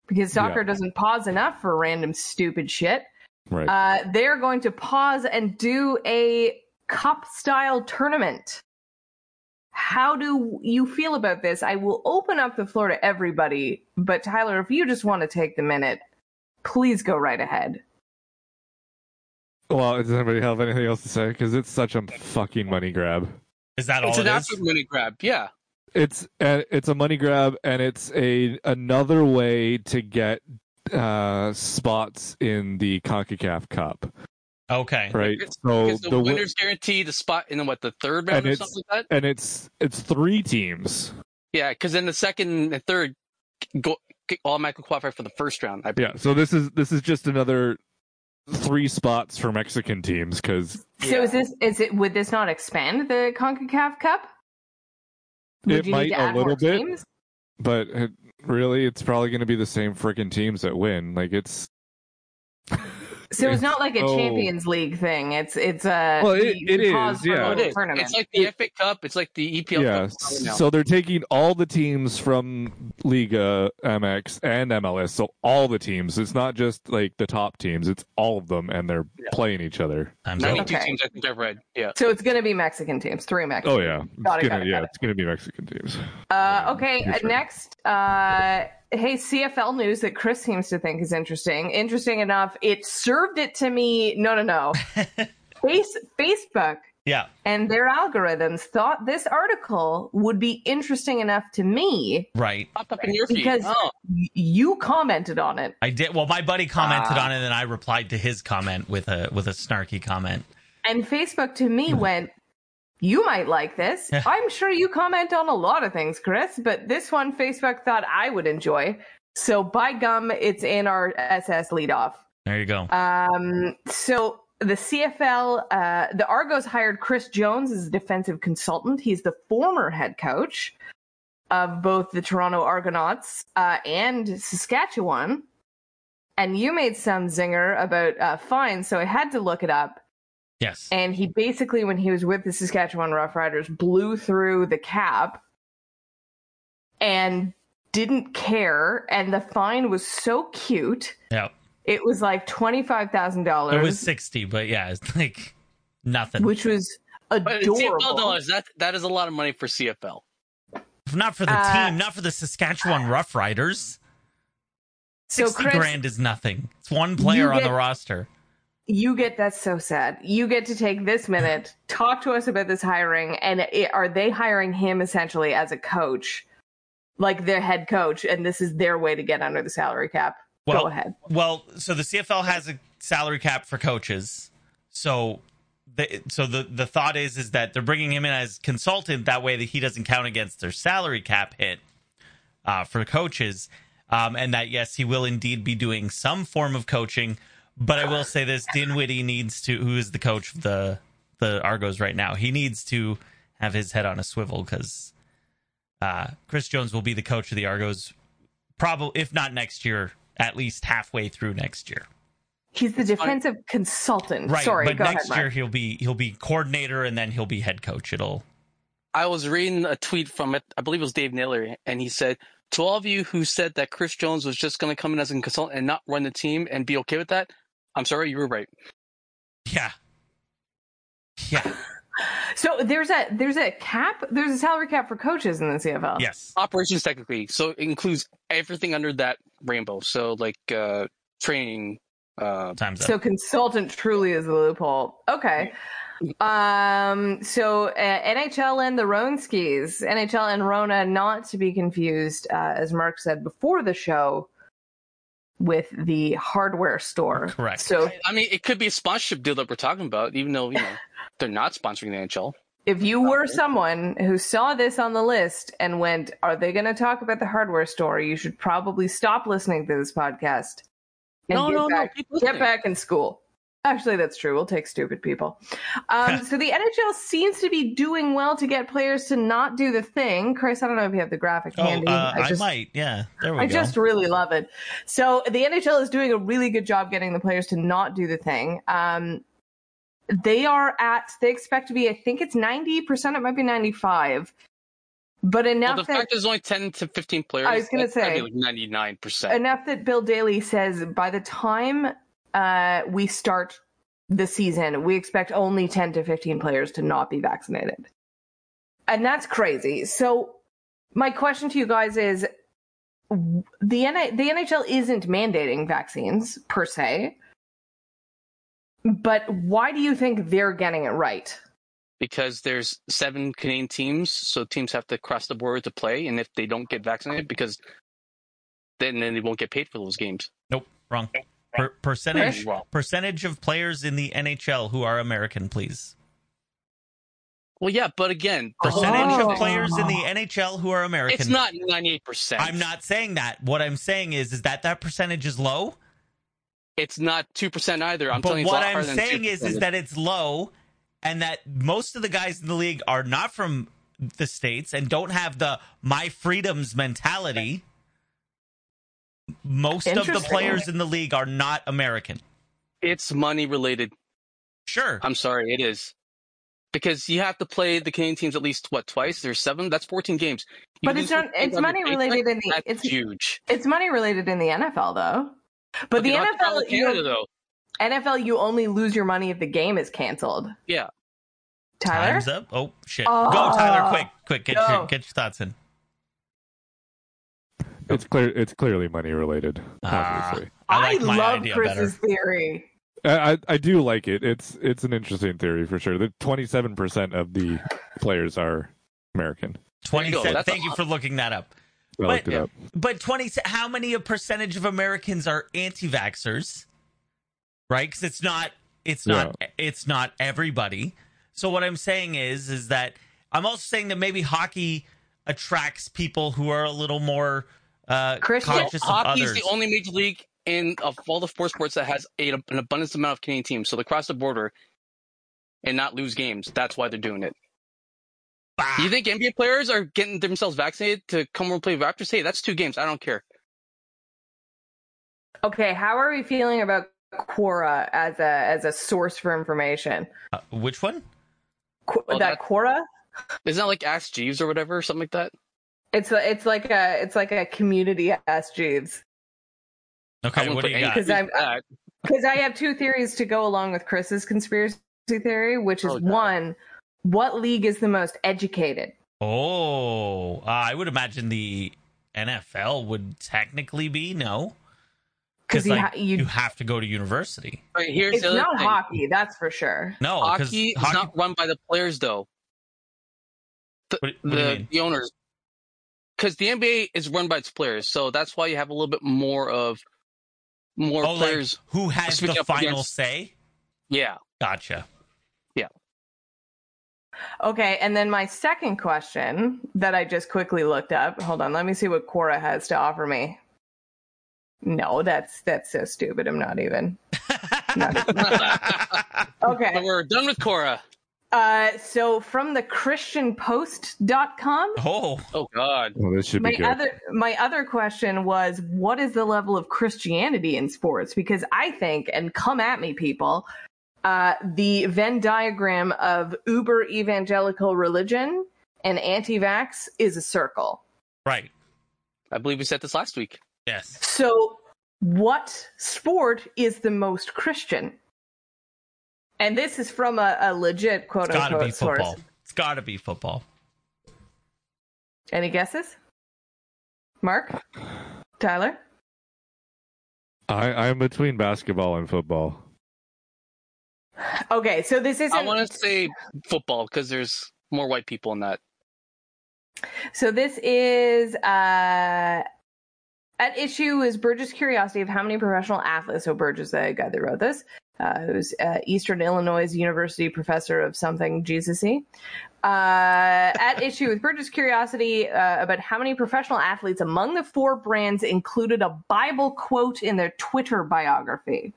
Speaker 3: because soccer
Speaker 5: Yeah.
Speaker 3: doesn't pause enough for random stupid shit.
Speaker 5: Right.
Speaker 3: Uh, they're going to pause and do a cup style tournament. How do you feel about this? I will open up the floor to everybody, but Tyler, if you just want to take the minute, please go right ahead.
Speaker 5: well, does anybody have anything else to say? Because it's such a fucking money grab.
Speaker 2: Is that
Speaker 6: It's
Speaker 2: all
Speaker 6: an
Speaker 2: it is?
Speaker 6: absolute money grab. Yeah.
Speaker 5: It's uh, it's a money grab, and it's a another way to get uh spots in the Concacaf Cup,
Speaker 2: Okay.
Speaker 5: right?
Speaker 6: It's-
Speaker 5: So
Speaker 6: Because the,
Speaker 5: wi-
Speaker 6: winner's guaranteed a spot in what the
Speaker 5: And
Speaker 6: third round or
Speaker 5: it's-
Speaker 6: something like that.
Speaker 5: and it's it's three teams.
Speaker 6: Yeah, because then the second and third go automatically qualify for the first round. I
Speaker 5: Yeah. So this is this is just another three spots for Mexican teams because
Speaker 3: So is this is it would this not expand the CONCACAF Cup?
Speaker 5: It might a little
Speaker 3: more
Speaker 5: bit.
Speaker 3: teams?
Speaker 5: but it, really it's probably going to be the same freaking teams that win like it's
Speaker 3: So it's not like a
Speaker 5: Oh.
Speaker 3: Champions League thing. It's it's a
Speaker 5: Well, it-
Speaker 3: we-
Speaker 5: it
Speaker 3: we
Speaker 5: is,
Speaker 3: pause for a
Speaker 5: yeah.
Speaker 6: Oh,
Speaker 3: little
Speaker 6: it is.
Speaker 3: tournament.
Speaker 6: It's like the FA Cup. It's like the
Speaker 5: yeah
Speaker 6: EPL. Cup. I don't know.
Speaker 5: so they're taking all the teams from liga mx and mls so all the teams it's not just like the top teams it's all of them and they're playing each other
Speaker 2: Time's up.
Speaker 6: 92
Speaker 3: Okay.
Speaker 6: teams I think I've read. Yeah.
Speaker 3: so it's going to be Mexican teams, three Mexican.
Speaker 5: oh yeah it's
Speaker 3: Got it, got
Speaker 5: gonna,
Speaker 3: it,
Speaker 5: yeah
Speaker 3: got it.
Speaker 5: it's gonna be mexican teams
Speaker 3: Uh, okay,
Speaker 5: Your
Speaker 3: uh,
Speaker 5: turn.
Speaker 3: next. Uh, hey, CFL news that Chris seems to think is interesting. Interesting enough, it served it to me. No, no, no. Face Facebook
Speaker 2: Yeah.
Speaker 3: and their algorithms thought this article would be interesting enough to me.
Speaker 2: Right.
Speaker 6: Popped up in your feed.
Speaker 3: Because-
Speaker 6: oh,
Speaker 3: Y- You commented on it.
Speaker 2: I did. Well, my buddy commented
Speaker 6: Ah.
Speaker 2: on it, and I replied to his comment with a with a snarky comment.
Speaker 3: And Facebook to me went, You might like this.
Speaker 2: Yeah.
Speaker 3: I'm sure you comment on a lot of things, Chris, but this one Facebook thought I would enjoy. So by gum, it's in our SS leadoff.
Speaker 2: There you go.
Speaker 3: Um, so the CFL, uh, the Argos hired Chris Jones as a defensive consultant. He's the former head coach of both the Toronto Argonauts uh, and Saskatchewan. And you made some zinger about uh, fines, so I had to look it up.
Speaker 2: Yes.
Speaker 3: And he basically, when he was with the Saskatchewan Rough Riders, blew through the cap and didn't care. And the fine was so cute.
Speaker 2: Yeah.
Speaker 3: It was like $25,000,
Speaker 2: It was sixty, but yeah, it's like nothing.
Speaker 3: which was
Speaker 6: but in CFL
Speaker 3: adorable.
Speaker 6: dollars, that that is a lot of money for CFL.
Speaker 2: not for the
Speaker 3: uh,
Speaker 2: team. Not for the Saskatchewan Rough Riders.
Speaker 3: So,
Speaker 2: Sixty
Speaker 3: Chris-
Speaker 2: grand is nothing. It's one player on
Speaker 3: get-
Speaker 2: the roster.
Speaker 3: You get that's so sad. You get to take this minute, talk to us about this hiring, and it, are they hiring him essentially as a coach, like their head coach, and this is their way to get under the salary cap?
Speaker 2: Well,
Speaker 3: Go ahead.
Speaker 2: Well, so the CFL has a salary cap for coaches. So the so the the thought is is that they're bringing him in as consultant that way that he doesn't count against their salary cap hit uh, for coaches. Um, and that yes, he will indeed be doing some form of coaching. But I will say this: Dinwiddie needs to, who is the coach of the the Argos right now, he needs to have his head on a swivel because uh, Chris Jones will be the coach of the Argos, probably if not next year, at least halfway through next year.
Speaker 3: He's the defensive consultant.
Speaker 2: Right,
Speaker 3: Sorry,
Speaker 2: but
Speaker 3: go
Speaker 2: next
Speaker 3: ahead, Mark.
Speaker 2: year he'll be he'll be coordinator and then he'll be head coach. It'll
Speaker 6: I was reading a tweet from I believe it was Dave Naylor, and he said to all of you who said that Chris Jones was just going to come in as a consultant and not run the team and be okay with that. I'm sorry, you were right.
Speaker 2: yeah, yeah,
Speaker 3: So there's a there's a cap there's a salary cap for coaches in the CFL.
Speaker 2: yes,
Speaker 6: Operations technically, so it includes everything under that rainbow. So like uh, training, uh,
Speaker 2: times up.
Speaker 3: So consultant truly is the loophole. Okay. Um. So uh, NHL and the Ronskis, NHL and Rona, not to be confused, uh, as Mark said before the show, with the hardware store.
Speaker 2: Correct.
Speaker 3: So
Speaker 6: I mean, it could be a sponsorship deal that we're talking about, even though you know they're not sponsoring the NHL.
Speaker 3: if you were someone who saw this on the list and went, "Are they going to talk about the hardware store?" You should probably stop listening to this podcast. and
Speaker 6: No,
Speaker 3: get
Speaker 6: no, no.
Speaker 3: back-
Speaker 6: keep listening.
Speaker 3: Get back in school. Actually, that's true. We'll take stupid people. Um, so the NHL seems to be doing well to get players to not do the thing. Chris, I don't know if you have the graphic
Speaker 2: Oh,
Speaker 3: handy.
Speaker 2: uh, I,
Speaker 3: just,
Speaker 2: might. Yeah, there we
Speaker 3: I
Speaker 2: go.
Speaker 3: just really love it. So the NHL is doing a really good job getting the players to not do the thing. Um, they are at, they expect to be, I think it's 90%, it might be 95 but
Speaker 6: Well,
Speaker 3: enough
Speaker 6: the
Speaker 3: that
Speaker 6: fact there's only ten to fifteen players.
Speaker 3: I was gonna
Speaker 6: that's gotta
Speaker 3: say-
Speaker 6: be like ninety nine percent.
Speaker 3: enough that Bill Daly says by the time uh, we start the season, we expect only 10 to 15 players to not be vaccinated. And that's crazy. So, my question to you guys is w- the, N- the NHL isn't mandating vaccines per se, but why do you think they're getting it right?
Speaker 6: because there's seven Canadian teams, so teams have to cross the border to play, and if they don't get vaccinated, because then then they won't get paid for those games.
Speaker 2: Nope, wrong. Per- percentage
Speaker 6: Wrong.
Speaker 2: percentage of players in the NHL who are American, please.
Speaker 6: Well, yeah, but again,
Speaker 3: Oh,
Speaker 6: the whole
Speaker 2: Percentage
Speaker 6: thing-
Speaker 2: of players in the NHL who are American.
Speaker 6: It's not ninety eight percent.
Speaker 2: I'm not saying that. What I'm saying is, is that that percentage is low.
Speaker 6: It's not two percent either. I'm
Speaker 2: but
Speaker 6: telling you, it's a
Speaker 2: what
Speaker 6: lot
Speaker 2: I'm
Speaker 6: harder than
Speaker 2: saying is,
Speaker 6: 2%.
Speaker 2: is that it's low, and that most of the guys in the league are not from the states and don't have the my freedoms mentality. Most of the
Speaker 3: Interesting.
Speaker 2: players in the league are not American.
Speaker 6: it's money related.
Speaker 2: Sure,
Speaker 6: I'm sorry, it is. Because you have to play the Canadian teams at least what twice? There's seven. That's 14 games. You
Speaker 3: But it's
Speaker 6: lose
Speaker 3: not-
Speaker 6: those games
Speaker 3: it's
Speaker 6: on your
Speaker 3: money
Speaker 6: paycheck,
Speaker 3: related in the-
Speaker 6: That's
Speaker 3: it's-
Speaker 6: huge.
Speaker 3: It's money related in the NFL, though. But, the
Speaker 6: they don't have to travel
Speaker 3: NFL,
Speaker 6: to
Speaker 3: you-
Speaker 6: Canada though.
Speaker 3: NFL, you only lose your money if the game is canceled.
Speaker 6: Yeah.
Speaker 3: Tyler?
Speaker 2: time's up. Oh shit,
Speaker 3: Oh.
Speaker 2: go Tyler, quick, quick, get
Speaker 3: No.
Speaker 2: your get your thoughts in.
Speaker 5: It's clear. It's clearly money related.
Speaker 2: Ah.
Speaker 5: Obviously,
Speaker 3: I,
Speaker 2: like my
Speaker 3: love
Speaker 2: idea
Speaker 3: Chris's
Speaker 2: better.
Speaker 3: theory.
Speaker 5: I, I I do like it. It's it's an interesting theory for sure. The twenty seven percent of the players are American.
Speaker 6: There you go.
Speaker 2: Twenty-seven.
Speaker 6: That's a
Speaker 2: Thank you
Speaker 6: lot.
Speaker 2: for looking that up.
Speaker 5: I
Speaker 2: But-
Speaker 5: looked it up.
Speaker 2: But twenty, how many a percentage of Americans are anti-vaxxers? Right, because it's not, it's not, it's not everybody. So what I'm saying is, is that I'm also saying that maybe hockey attracts people who are a little more uh,
Speaker 3: Christian?
Speaker 2: conscious of
Speaker 6: Hockey
Speaker 2: others.
Speaker 6: is the only major league in of all the four sports that has a, an abundance amount of Canadian teams. So they cross the border and not lose games. That's why they're doing it.
Speaker 2: Bah.
Speaker 6: You think NBA players are getting themselves vaccinated to come over and play Raptors? Hey, that's two games. I don't care.
Speaker 3: Okay, how are we feeling about Quora as a as a source for information?
Speaker 2: Uh, which one?
Speaker 3: Qu-
Speaker 6: Oh,
Speaker 3: that
Speaker 6: that-
Speaker 3: Quora?
Speaker 6: Isn't that like Ask Jeeves or whatever, or something like that?
Speaker 3: It's a, it's like a it's like a community ass Jeeves.
Speaker 2: Okay,
Speaker 6: wouldn't
Speaker 2: what
Speaker 6: put
Speaker 2: do you
Speaker 6: any
Speaker 2: got?
Speaker 3: Because
Speaker 6: reason
Speaker 3: I'm-
Speaker 6: for that.
Speaker 3: Because I have two theories to go along with Chris's conspiracy theory, which is
Speaker 6: Oh, God.
Speaker 3: one, what league is the most educated?
Speaker 2: Oh, uh, I would imagine the NFL would technically be no,
Speaker 3: Because
Speaker 2: because
Speaker 3: you,
Speaker 2: like,
Speaker 3: ha-
Speaker 2: you
Speaker 3: you
Speaker 2: have to go to university.
Speaker 6: All right, here's
Speaker 3: it's
Speaker 6: the other
Speaker 3: not
Speaker 6: thing.
Speaker 3: hockey, that's for sure.
Speaker 2: No, because
Speaker 6: Hockey is not run by the players, though. The,
Speaker 2: What- what do you
Speaker 6: the,
Speaker 2: mean?
Speaker 6: the owners. Because the NBA is run by its players, so that's why you have a little bit more of more
Speaker 2: oh,
Speaker 6: players.
Speaker 2: like who has the
Speaker 6: speaking up
Speaker 2: final
Speaker 6: against-
Speaker 2: say?
Speaker 6: yeah,
Speaker 2: Gotcha.
Speaker 3: Okay, and then my second question that I just quickly looked up. Hold on, let me see what Quora has to offer me. No, that's that's so stupid. I'm not even.
Speaker 6: but
Speaker 3: Okay.
Speaker 6: we're done with Cora.
Speaker 3: Uh so from the christianpost.com
Speaker 2: oh,
Speaker 6: Oh God,
Speaker 5: Well, this should
Speaker 3: my
Speaker 5: be good.
Speaker 3: other my other question was what is the level of Christianity in sports? Because I think, and come at me, people, uh, the Venn diagram of uber evangelical religion and anti-vax is a circle.
Speaker 2: right.
Speaker 6: I believe we said this last week.
Speaker 2: Yes.
Speaker 3: So, what sport is the most Christian? And this is from a, a legit quote
Speaker 2: It's gotta
Speaker 3: unquote
Speaker 2: be
Speaker 3: source.
Speaker 2: football. It's gotta be football.
Speaker 3: Any guesses? Mark, Tyler.
Speaker 5: I, I'm between basketball and football.
Speaker 3: Okay, so this isn't.
Speaker 6: I want to say football because there's more white people in that.
Speaker 3: So this is uh at issue is Burgess' curiosity of how many professional athletes. So Burgess, the guy that wrote this, uh, who's uh, Eastern Illinois University professor of something Jesus-y. E, Uh, at issue with Burgess' curiosity uh, about how many professional athletes among the four brands included a Bible quote in their Twitter biography.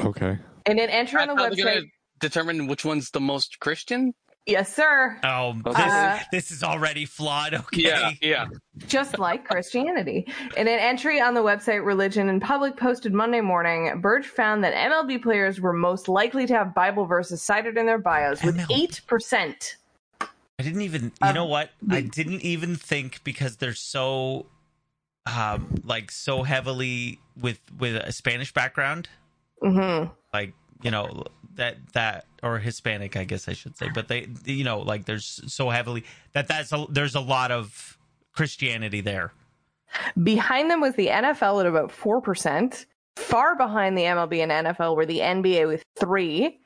Speaker 5: Okay.
Speaker 3: And an entry on
Speaker 6: That's
Speaker 3: the
Speaker 6: how they're
Speaker 3: website.
Speaker 6: gonna determine which one's the most Christian.
Speaker 3: Yes, sir.
Speaker 2: Oh, this,
Speaker 3: Uh,
Speaker 2: this is already flawed. Okay.
Speaker 6: yeah.
Speaker 3: just like Christianity. In an entry on the website Religion in Public posted Monday morning, Burge found that MLB players were most likely to have Bible verses cited in their bios, with
Speaker 2: MLB.
Speaker 3: eight percent.
Speaker 2: I didn't even. You
Speaker 3: Um,
Speaker 2: know what? I didn't even think because they're so, um, like so heavily with with a Spanish background,
Speaker 3: hmm
Speaker 2: like you know that that or Hispanic, I guess I should say. But they, you know, like there's so heavily that that's a, there's a lot of Christianity there.
Speaker 3: Behind them was the NFL at about four percent. Far behind the MLB and NFL were the NBA with three.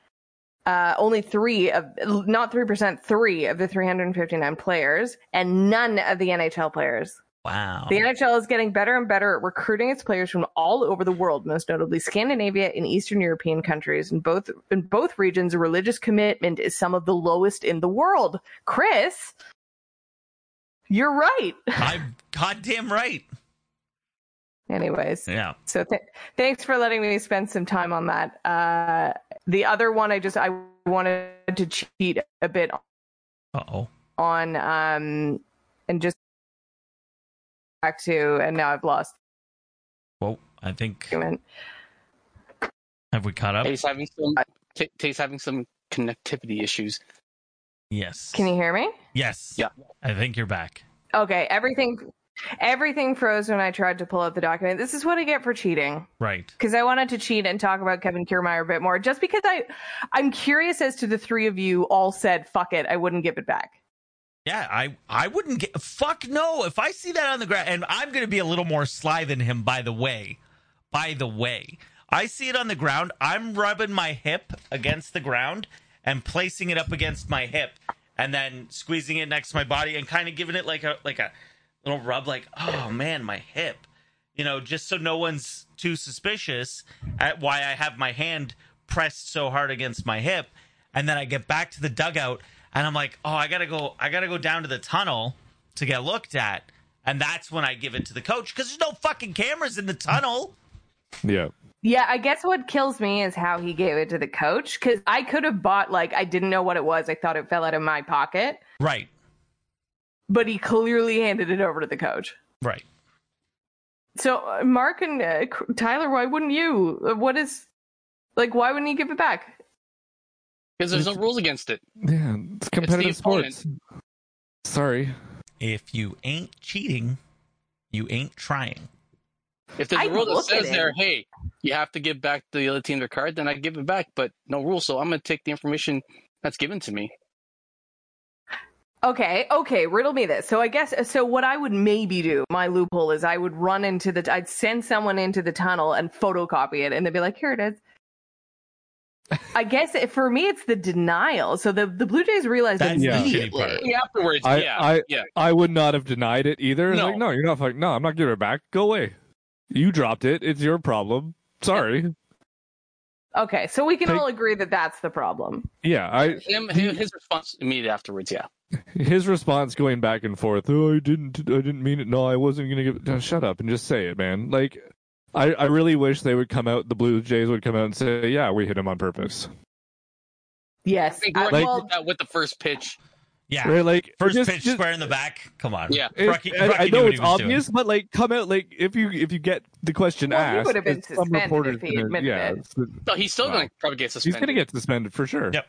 Speaker 3: Uh, only three of not three percent, three of the 359 players, and none of the NHL players.
Speaker 2: Wow.
Speaker 3: The NHL is getting better and better at recruiting its players from all over the world, most notably Scandinavia and Eastern European countries. In both in both regions, religious commitment is some of the lowest in the world. Chris, you're right.
Speaker 2: I'm goddamn right.
Speaker 3: Anyways,
Speaker 2: Yeah.
Speaker 3: so th- thanks for letting me spend some time on that. Uh, the other one, I just I wanted to cheat a bit
Speaker 2: Uh oh.
Speaker 3: on um and just back to and now I've lost
Speaker 2: Well, I think
Speaker 3: the argument.
Speaker 2: have we caught up?
Speaker 6: Tate's having some. T- Tate's having some connectivity issues.
Speaker 2: Yes.
Speaker 3: Can you hear me?
Speaker 2: Yes.
Speaker 6: Yeah.
Speaker 2: I think you're back.
Speaker 3: Okay, everything everything froze when I tried to pull up the document. This is what I get for cheating.
Speaker 2: Right.
Speaker 3: Because I wanted to cheat and talk about Kevin Kiermeyer a bit more, just because I I'm curious as to the three of you all said, fuck it, I wouldn't give it back.
Speaker 2: Yeah, I I wouldn't get fuck no if I see that on the ground and I'm going to be a little more sly than him by the way. By the way, I see it on the ground, I'm rubbing my hip against the ground and placing it up against my hip and then squeezing it next to my body and kind of giving it like a like a little rub like, "Oh man, my hip." You know, just so no one's too suspicious at why I have my hand pressed so hard against my hip and then I get back to the dugout and I'm like, oh, I gotta go, I gotta go down to the tunnel to get looked at, and that's when I give it to the coach because there's no fucking cameras in the tunnel.
Speaker 5: Yeah.
Speaker 3: Yeah, I guess what kills me is how he gave it to the coach, because I could have bought like I didn't know what it was. I thought it fell out of my pocket,
Speaker 2: Right,
Speaker 3: but he clearly handed it over to the coach.
Speaker 2: right.
Speaker 3: So uh, Mark and uh, C- Tyler, why wouldn't you? Uh, What is like? Why wouldn't you give it back?
Speaker 6: Because there's no rules against it.
Speaker 5: Yeah. It's competitive
Speaker 6: opponent.
Speaker 5: sports. Sorry.
Speaker 2: If you ain't cheating, you ain't trying.
Speaker 6: If there's
Speaker 3: I
Speaker 6: a rule that
Speaker 3: look at
Speaker 6: says
Speaker 3: it.
Speaker 6: there, hey, you have to give back the other team their card, then I give it back. But no rule, so I'm gonna take the information that's given to me.
Speaker 3: Okay, okay, riddle me this. So I guess so what I would maybe do, my loophole is I would run into the I'd send someone into the tunnel and photocopy it and they'd be like, "Here it is." I guess it, for me it's the denial. So the the Blue Jays realized
Speaker 2: That's
Speaker 5: the shitty
Speaker 3: immediately.
Speaker 2: part.
Speaker 6: Yeah, afterwards,
Speaker 5: I-
Speaker 6: yeah,
Speaker 5: I-
Speaker 6: yeah.
Speaker 5: I would not have denied it either. It's
Speaker 6: No.
Speaker 5: Like, no, you're not fucking. No, I'm not giving it back. Go away. You dropped it. It's your problem. Sorry.
Speaker 3: Okay, so we can
Speaker 5: Take-
Speaker 3: all agree that that's the problem.
Speaker 5: Yeah, I
Speaker 6: Him, his, his response immediately afterwards, yeah.
Speaker 5: his response going back and forth. Oh, I didn't. I didn't mean it. No, I wasn't gonna give. No, shut up and just say it, man. Like, I I really wish they would come out. The Blue Jays would come out and say, yeah, we hit him on purpose.
Speaker 3: Yes.
Speaker 6: Like,
Speaker 3: I-
Speaker 5: Like-
Speaker 3: well,
Speaker 6: That with the first pitch.
Speaker 2: Yeah.
Speaker 5: Right? Like
Speaker 2: First
Speaker 5: just-
Speaker 2: pitch,
Speaker 5: just-
Speaker 2: square in the back. Come on.
Speaker 6: Yeah.
Speaker 5: It's-
Speaker 2: Rocky,
Speaker 5: I- I,
Speaker 2: Rocky knew
Speaker 5: know
Speaker 2: what
Speaker 5: it's
Speaker 2: he was
Speaker 5: obvious, but like, come out like if you if you get the question
Speaker 3: Well, he
Speaker 5: asked,
Speaker 3: would have been
Speaker 5: it's some
Speaker 3: suspended
Speaker 5: reporters
Speaker 3: if he
Speaker 5: gonna-
Speaker 3: admitted
Speaker 5: yeah,
Speaker 3: it.
Speaker 5: it's-
Speaker 6: No, he's still
Speaker 5: Wow.
Speaker 6: going to probably get
Speaker 5: he's
Speaker 6: suspended.
Speaker 5: gonna get suspended for sure.
Speaker 2: Yep.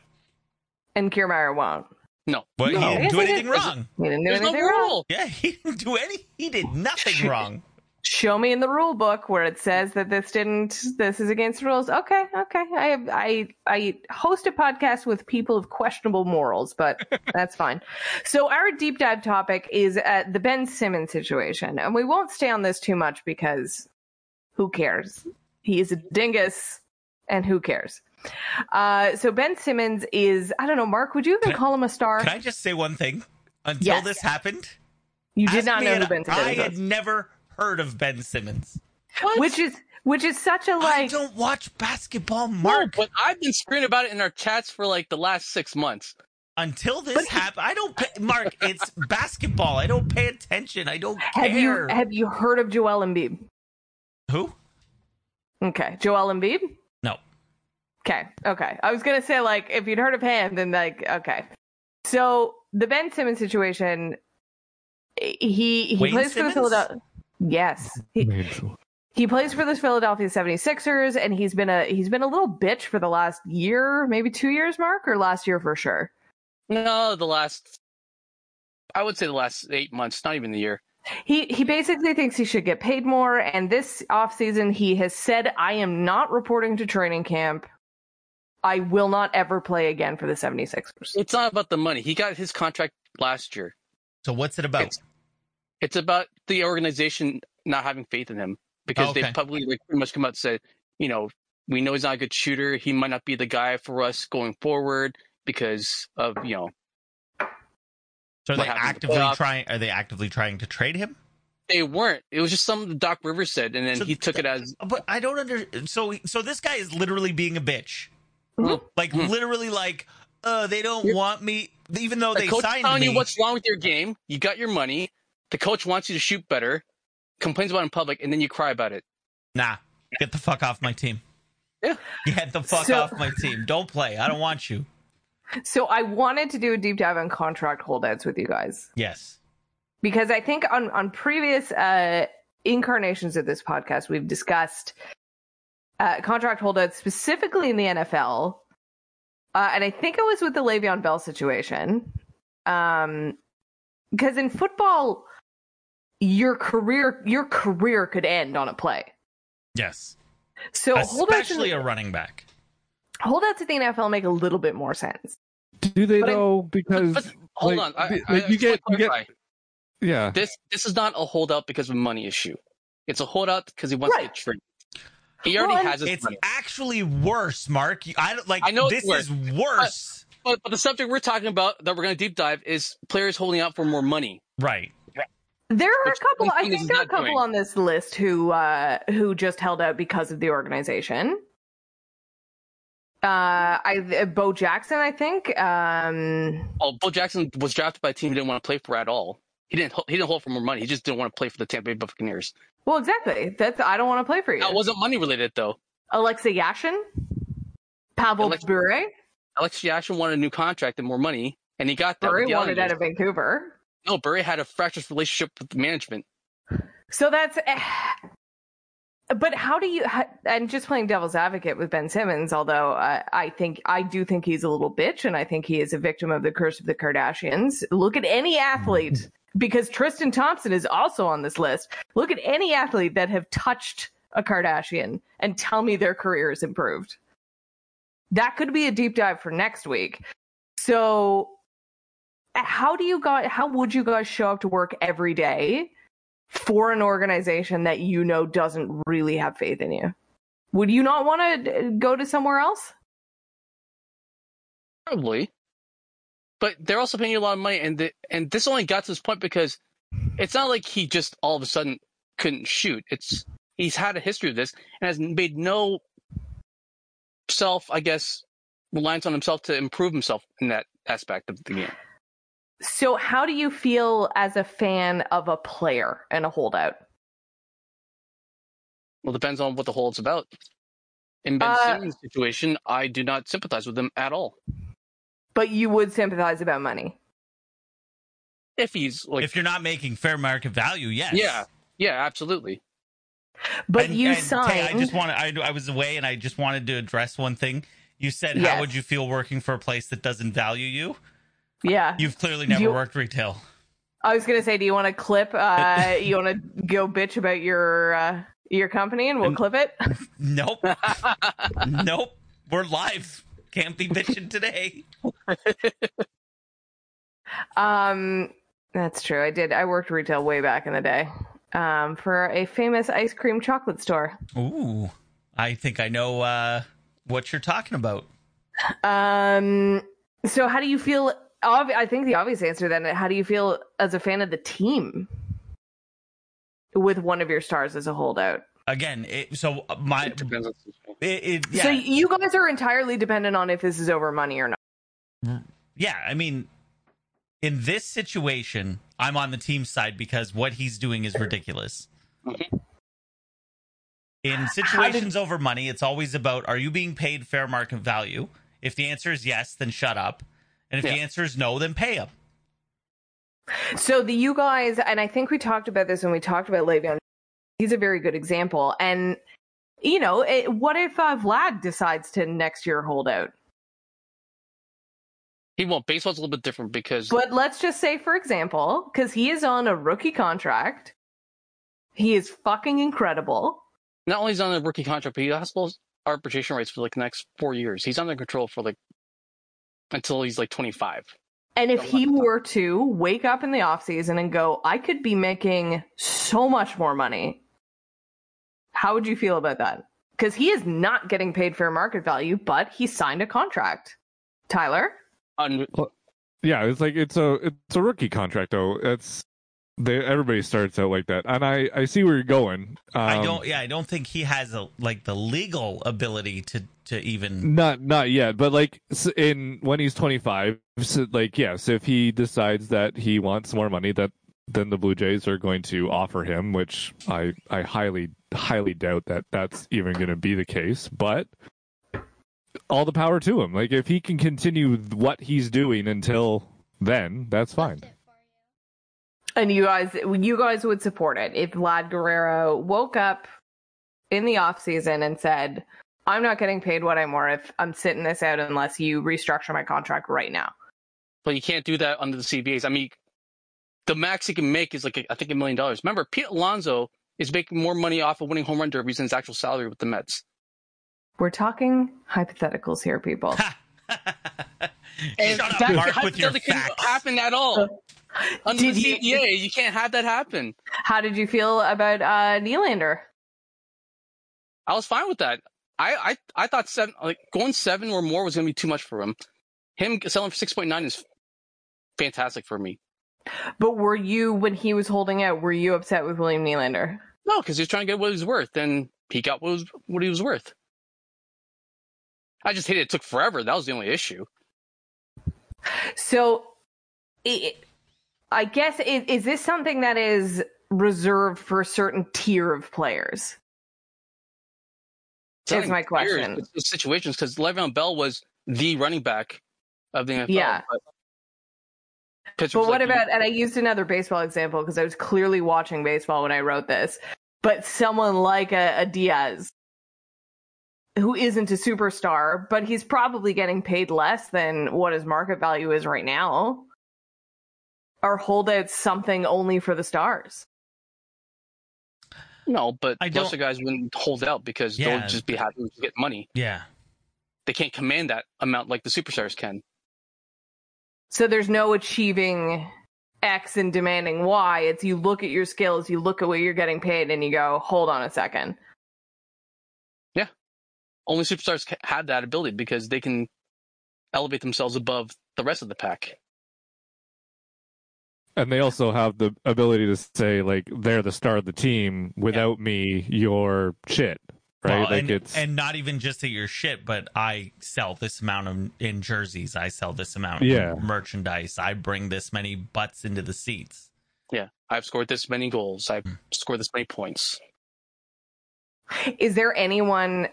Speaker 3: and Kiermaier won't.
Speaker 6: No.
Speaker 2: But
Speaker 5: No.
Speaker 2: he
Speaker 5: I
Speaker 2: didn't
Speaker 3: guess
Speaker 2: do
Speaker 3: I
Speaker 2: anything
Speaker 3: did-
Speaker 2: wrong.
Speaker 3: He didn't do
Speaker 6: There's no
Speaker 3: anything
Speaker 6: rule.
Speaker 3: wrong.
Speaker 2: Yeah, he didn't do any. He did nothing wrong.
Speaker 3: Show me in the rule book where it says that this didn't.
Speaker 2: Mm-hmm.
Speaker 3: This is against the rules. Okay, okay. I I I host a podcast with people of questionable morals, but that's fine. So our deep dive topic is uh, the Ben Simmons situation, and we won't stay on this too much because who cares? He is a dingus, and who cares? Uh, so Ben Simmons is I don't know. Mark, would you even
Speaker 2: Can I-
Speaker 3: call him a star?
Speaker 2: Can I just say one thing? Until
Speaker 3: Yes.
Speaker 2: this happened,
Speaker 3: you
Speaker 2: ask
Speaker 3: did not
Speaker 2: me
Speaker 3: know
Speaker 2: and
Speaker 3: who Ben
Speaker 2: I
Speaker 3: Simmons
Speaker 2: had
Speaker 3: was.
Speaker 2: never heard of Ben Simmons.
Speaker 3: which is which is such a
Speaker 2: I
Speaker 3: like
Speaker 2: don't watch basketball,
Speaker 6: No,
Speaker 2: Mark.
Speaker 6: but I've been screaming about it in our chats for like the last six months.
Speaker 2: Until this happened, I don't. Pay, Mark, it's basketball. I don't pay attention. I don't
Speaker 3: have you
Speaker 2: care.
Speaker 3: have you heard of Joel Embiid?
Speaker 2: Who?
Speaker 3: Okay, Joel Embiid.
Speaker 2: No.
Speaker 3: Okay, okay. I was gonna say like if you'd heard of him, then like okay. So the Ben Simmons situation, he he
Speaker 2: Wayne
Speaker 3: plays
Speaker 2: Simmons?
Speaker 3: for the Philadelphia. Yes, he, he plays for the Philadelphia 76ers, and he's been a he's been a little bitch for the last year, maybe two years, Mark, or last year for sure.
Speaker 6: No, the last, I would say the last eight months, not even the year.
Speaker 3: He he basically thinks he should get paid more, and this offseason he has said, I am not reporting to training camp. I will not ever play again for the 76ers.
Speaker 6: It's not about the money. He got his contract last year.
Speaker 2: So what's it about?
Speaker 6: It's- It's about the organization not having faith in him because
Speaker 2: Okay.
Speaker 6: they publicly like, pretty much come out and said, you know, we know he's not a good shooter. He might not be the guy for us going forward because of, you know,
Speaker 2: so are they
Speaker 6: what happened in the
Speaker 2: actively
Speaker 6: playoffs?
Speaker 2: trying? Are they actively trying to trade him?
Speaker 6: they weren't. It was just something Doc Rivers said. And then
Speaker 2: So
Speaker 6: he took it as,
Speaker 2: But I don't under. So so this guy is literally being a bitch.
Speaker 3: Mhm.
Speaker 2: Like
Speaker 6: Mhm.
Speaker 2: literally, like uh, they don't
Speaker 6: You're-
Speaker 2: want me, even though
Speaker 6: the
Speaker 2: they
Speaker 6: coach is
Speaker 2: signed
Speaker 6: telling
Speaker 2: me.
Speaker 6: you what's wrong with your game. You got your money. The coach wants you to shoot better, complains about it in public, and then you cry about it.
Speaker 2: Nah, get the fuck off my team.
Speaker 6: Yeah.
Speaker 2: Get the fuck
Speaker 3: So-
Speaker 2: off my team. Don't play. I don't want you.
Speaker 3: So I wanted to do a deep dive on contract holdouts with you guys
Speaker 2: Yes.
Speaker 3: because I think on on previous uh incarnations of this podcast we've discussed uh contract holdouts specifically in the NFL. Uh and I think it was with the Le'Veon Bell situation. Um because in football your career your career could end on a play.
Speaker 2: Yes.
Speaker 3: So holdouts in,
Speaker 2: Especially
Speaker 3: the-
Speaker 2: a running back.
Speaker 3: holdouts in the NFL make a little bit more sense.
Speaker 5: Do they
Speaker 6: But I-
Speaker 5: though? Because
Speaker 6: but hold
Speaker 5: like,
Speaker 6: on. I,
Speaker 5: the-
Speaker 6: I,
Speaker 5: like,
Speaker 6: I
Speaker 5: you
Speaker 6: just wanna
Speaker 5: get you get
Speaker 6: clarify.
Speaker 5: yeah.
Speaker 6: this. This is not a holdout because of a money issue. It's a holdout because he wants to
Speaker 3: Right.
Speaker 6: get traded. He already
Speaker 3: Well, and-
Speaker 6: has his
Speaker 2: It's
Speaker 6: money.
Speaker 2: actually worse, Mark. You- I don't like.
Speaker 6: I know it's
Speaker 2: this is worse.
Speaker 6: But, but the subject we're talking about that we're going to deep dive is players holding out for more money.
Speaker 2: right.
Speaker 3: There are
Speaker 6: Which
Speaker 3: a couple. I
Speaker 6: Clemson is
Speaker 3: think there are a
Speaker 6: not
Speaker 3: couple
Speaker 6: doing.
Speaker 3: on this list who uh, who just held out because of the organization. Uh, I Bo Jackson, I think. Um,
Speaker 6: Oh, Bo Jackson was drafted by a team he didn't want to play for at all. He didn't. He didn't hold for more money. He just didn't want to play for the Tampa Bay Buccaneers.
Speaker 3: well, exactly. That's I don't want to play for you.
Speaker 6: That wasn't money related though.
Speaker 3: Alexa Yashin, Pavel
Speaker 6: Alexa-
Speaker 3: Bure.
Speaker 6: Alex Yashin wanted a new contract and more money, and he got that.
Speaker 3: Bure
Speaker 6: with the
Speaker 3: wanted out
Speaker 6: Islanders.
Speaker 3: of Vancouver.
Speaker 6: no, Burry had a fractious relationship with management.
Speaker 3: So that's. eh. But how do you? how- And just playing devil's advocate with Ben Simmons, although uh, I think I do think he's a little bitch, and I think he is a victim of the curse of the Kardashians. Look at any athlete, because Tristan Thompson is also on this list. Look at any athlete that have touched a Kardashian and tell me their career is improved. That could be a deep dive for next week. So, eh, how do you guys? How would you guys show up to work every day? for an organization that you know doesn't really have faith in you? Would you not want to go to somewhere else?
Speaker 6: Probably. But they're also paying you a lot of money, and the, and this only got to this point because it's not like he just all of a sudden couldn't shoot. It's He's had a history of this and has made no self, I guess, reliance on himself to improve himself in that aspect of the game.
Speaker 3: So, how do you feel as a fan of a player and a holdout?
Speaker 6: Well, depends on what the hold's about. In Ben
Speaker 3: Uh,
Speaker 6: Simmons' situation, I do not sympathize with him at all.
Speaker 3: But you would sympathize about money.
Speaker 6: If he's like,
Speaker 2: if you're not making fair market value, yes.
Speaker 6: yeah, yeah, absolutely.
Speaker 3: But
Speaker 2: And-
Speaker 3: you
Speaker 2: and,
Speaker 3: signed.
Speaker 2: Tay, I just want I, I was away and I just wanted to address one thing. You said,
Speaker 3: Yes.
Speaker 2: "How would you feel working for a place that doesn't value you?"
Speaker 3: yeah.
Speaker 2: You've clearly never
Speaker 3: You-
Speaker 2: worked retail.
Speaker 3: I was gonna say, do you want to clip? Uh, you want to go bitch about your uh, your company, and we'll
Speaker 2: And-
Speaker 3: clip it.
Speaker 2: Nope. nope. We're live. Can't be bitching today.
Speaker 3: Um, that's true. I did. I worked retail way back in the day um, for a famous ice cream chocolate store.
Speaker 2: Ooh, I think I know uh, what you're talking about.
Speaker 3: Um, so how do you feel? Ob- I think the obvious answer then. How do you feel as a fan of the team with one of your stars as a holdout?
Speaker 2: Again, it, so uh, my
Speaker 6: It depends on the situation.
Speaker 2: it, it, yeah
Speaker 3: So you guys are entirely dependent on if this is over money or not.
Speaker 2: yeah. I mean, in this situation, I'm on the team side because what he's doing is ridiculous.
Speaker 6: Okay.
Speaker 2: In situations over money, it's always about are you being paid fair market value? If the answer is yes, then shut up. And if the
Speaker 6: Yeah.
Speaker 2: answer is no, then pay him.
Speaker 3: So the you guys, and I think we talked about this when we talked about Le'Veon. He's a very good example, and you know, it, what if uh, Vlad decides to next year hold out?
Speaker 6: He won't. Baseball's a little bit different because
Speaker 3: But let's just say, for example, because he is on a rookie contract, he is fucking incredible.
Speaker 6: not only is he on a rookie contract, but he also has arbitration rights for like the next four years. He's under control for like until he's like 25.
Speaker 3: And if he were to wake up in the offseason and go, I could be making so much more money, how would you feel about that? Because he is not getting paid fair market value, but he signed a contract. Tyler?
Speaker 6: Un-
Speaker 5: yeah it's like it's a it's a rookie contract though it's they everybody starts out like that and i i see where you're going um,
Speaker 2: I don't. Yeah, I don't think he has a like the legal ability to to even.
Speaker 5: not not yet but like s- in when he's 25 so like yes if he decides that he wants more money that then the blue jays are going to offer him which i i highly highly doubt that that's even going to be the case but all the power to him like if he can continue what he's doing until then that's fine
Speaker 3: And you guys, you guys would support it if Vlad Guerrero woke up in the off season and said, "I'm not getting paid what I'm worth. I'm sitting this out unless you restructure my contract right now."
Speaker 6: but you can't do that under the CBAs. I mean, the max he can make is like I think a million dollars. Remember, Pete Alonso is making more money off of winning home run derbies than his actual salary with the Mets.
Speaker 3: We're talking hypotheticals here, people.
Speaker 6: And
Speaker 2: Shut
Speaker 6: that
Speaker 2: up, Mark, with your
Speaker 6: hypothetically couldn't
Speaker 2: facts.
Speaker 6: happen at all. Under
Speaker 3: Did
Speaker 6: the
Speaker 3: you-
Speaker 6: CBA, you can't have that happen.
Speaker 3: How did you feel about uh, Nylander?
Speaker 6: I was fine with that. I, I I thought seven like going seven or more was gonna be too much for him. Him selling for six point nine is fantastic for me.
Speaker 3: But were you, when he was holding out, were you upset with William Nylander?
Speaker 6: No, because he was trying to get what he was worth, and he got what, was, what he was worth. I just hated it took forever. That was the only issue.
Speaker 3: So, it, I guess i- is this something that is reserved for a certain tier of players?
Speaker 6: That's
Speaker 3: Is my question.
Speaker 6: situations because Le'Veon Bell was the running back of the NFL.
Speaker 3: Yeah.
Speaker 6: But, Pittsburgh's
Speaker 3: But what
Speaker 6: like,
Speaker 3: about, and I used another baseball example because I was clearly watching baseball when I wrote this, but someone like a, a Diaz, who isn't a superstar, but he's probably getting paid less than what his market value is right now, or hold out something only for the stars.
Speaker 6: No, but
Speaker 2: I
Speaker 6: most
Speaker 2: don't-
Speaker 6: of the guys wouldn't hold out because
Speaker 2: Yeah.
Speaker 6: they'll just be happy to get money.
Speaker 2: yeah,
Speaker 6: They can't command that amount like the superstars can.
Speaker 3: So there's no achieving X and demanding Y. It's you look at your skills, you look at what you're getting paid, and you go, hold on a second.
Speaker 6: Only superstars ca- have that ability because they can elevate themselves above the rest of the pack.
Speaker 5: and they also have the ability to say like they're the star of the team without me you're shit
Speaker 2: Well,
Speaker 5: right like
Speaker 2: and,
Speaker 5: it's
Speaker 2: and not even just that you're shit, but I sell this amount of in jerseys. I sell this amount
Speaker 5: Yeah.
Speaker 2: of merchandise. I bring this many butts into the seats.
Speaker 6: Yeah, I've scored this many goals. I've scored this many points.
Speaker 3: Is there anyone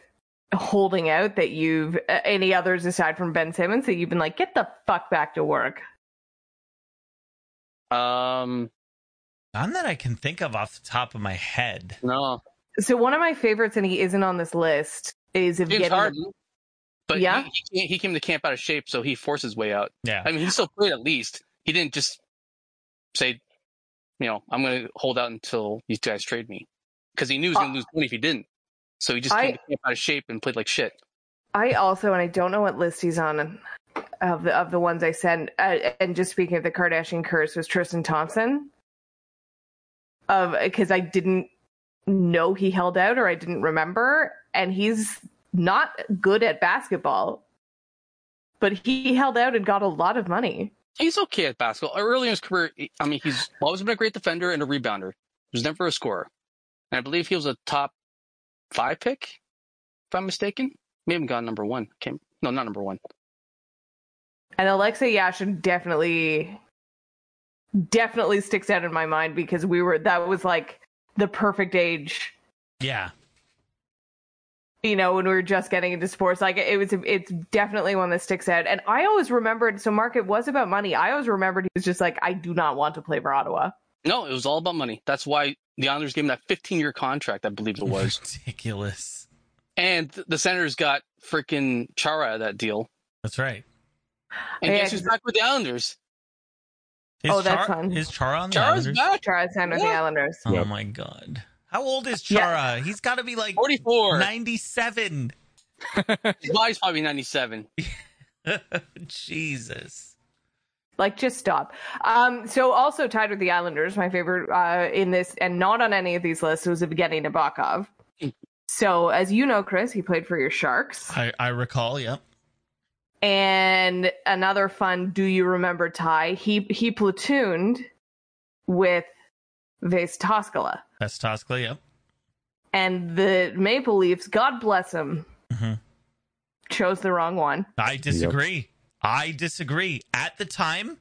Speaker 3: holding out that you've uh, any others aside from Ben Simmons that you've been like, get the fuck back to work?
Speaker 6: Um,
Speaker 2: None that I can think of off the top of my head.
Speaker 6: no,
Speaker 3: So one of my favorites, and he isn't on this list, is if
Speaker 6: James
Speaker 3: getting
Speaker 6: Harden. But
Speaker 3: Yeah?
Speaker 6: yeah, he, he came to camp out of shape, so he forced his way out.
Speaker 2: Yeah.
Speaker 6: I mean, he still played at least. He didn't just say, you know, I'm going to hold out until you guys trade me, because he knew he was going to lose money if he didnn't. So he just
Speaker 3: Uh, I-
Speaker 6: came to camp out of shape and played like shit.
Speaker 3: I also, and I don't know what list he's on of the of the ones I sent. Uh, and just speaking of the Kardashian curse, was Tristan Thompson of because I didn't know he held out or I didn't remember, and he's not good at basketball, but he held out and got a lot of money.
Speaker 6: He's okay at basketball. Early in his career, he- I mean, he's always been a great defender and a rebounder. He was never a scorer, and I believe he was a top five pick, if I'm mistaken. Maybe even gone number one. Came no, not number one.
Speaker 3: And Alexa Yashin definitely definitely sticks out in my mind because we were that was like the perfect age
Speaker 2: Yeah.
Speaker 3: you know when we were just getting into sports like it was it's definitely one that sticks out and i always remembered so mark it was about money i always remembered he was just like i do not want to play for ottawa
Speaker 6: No, it was all about money. That's why the Islanders gave him that 15 year contract, I believe it was.
Speaker 2: Ridiculous.
Speaker 6: and th- the Senators got freaking Chara out of that deal.
Speaker 2: That's right.
Speaker 6: And
Speaker 3: Yeah,
Speaker 6: guess who's
Speaker 3: cause-
Speaker 6: back with the Islanders?
Speaker 2: Is
Speaker 3: Oh, that's
Speaker 2: Char-
Speaker 3: fun.
Speaker 2: Is Chara on the
Speaker 6: Chara's
Speaker 2: Islanders?
Speaker 6: back.
Speaker 3: charles signed with the
Speaker 6: What?
Speaker 3: islanders
Speaker 2: Oh
Speaker 5: Yep.
Speaker 2: my god. How old is
Speaker 3: Yeah.
Speaker 2: Chara? He's got to be like
Speaker 6: 44.
Speaker 2: 97.
Speaker 6: His body's probably 97.
Speaker 2: Jesus.
Speaker 3: like just stop um so also tied with the islanders my favorite uh in this and not on any of these lists was evgeny nabokov so as you know chris he played for your sharks
Speaker 2: I, I recall, yep.
Speaker 3: And another fun, do you remember Ty? He he platooned with Vase Toskala.
Speaker 2: That's Toskla, yep.
Speaker 3: And the Maple Leafs, God bless them,
Speaker 2: Mhm.
Speaker 3: chose the wrong one.
Speaker 2: I disagree. I disagree. At the time,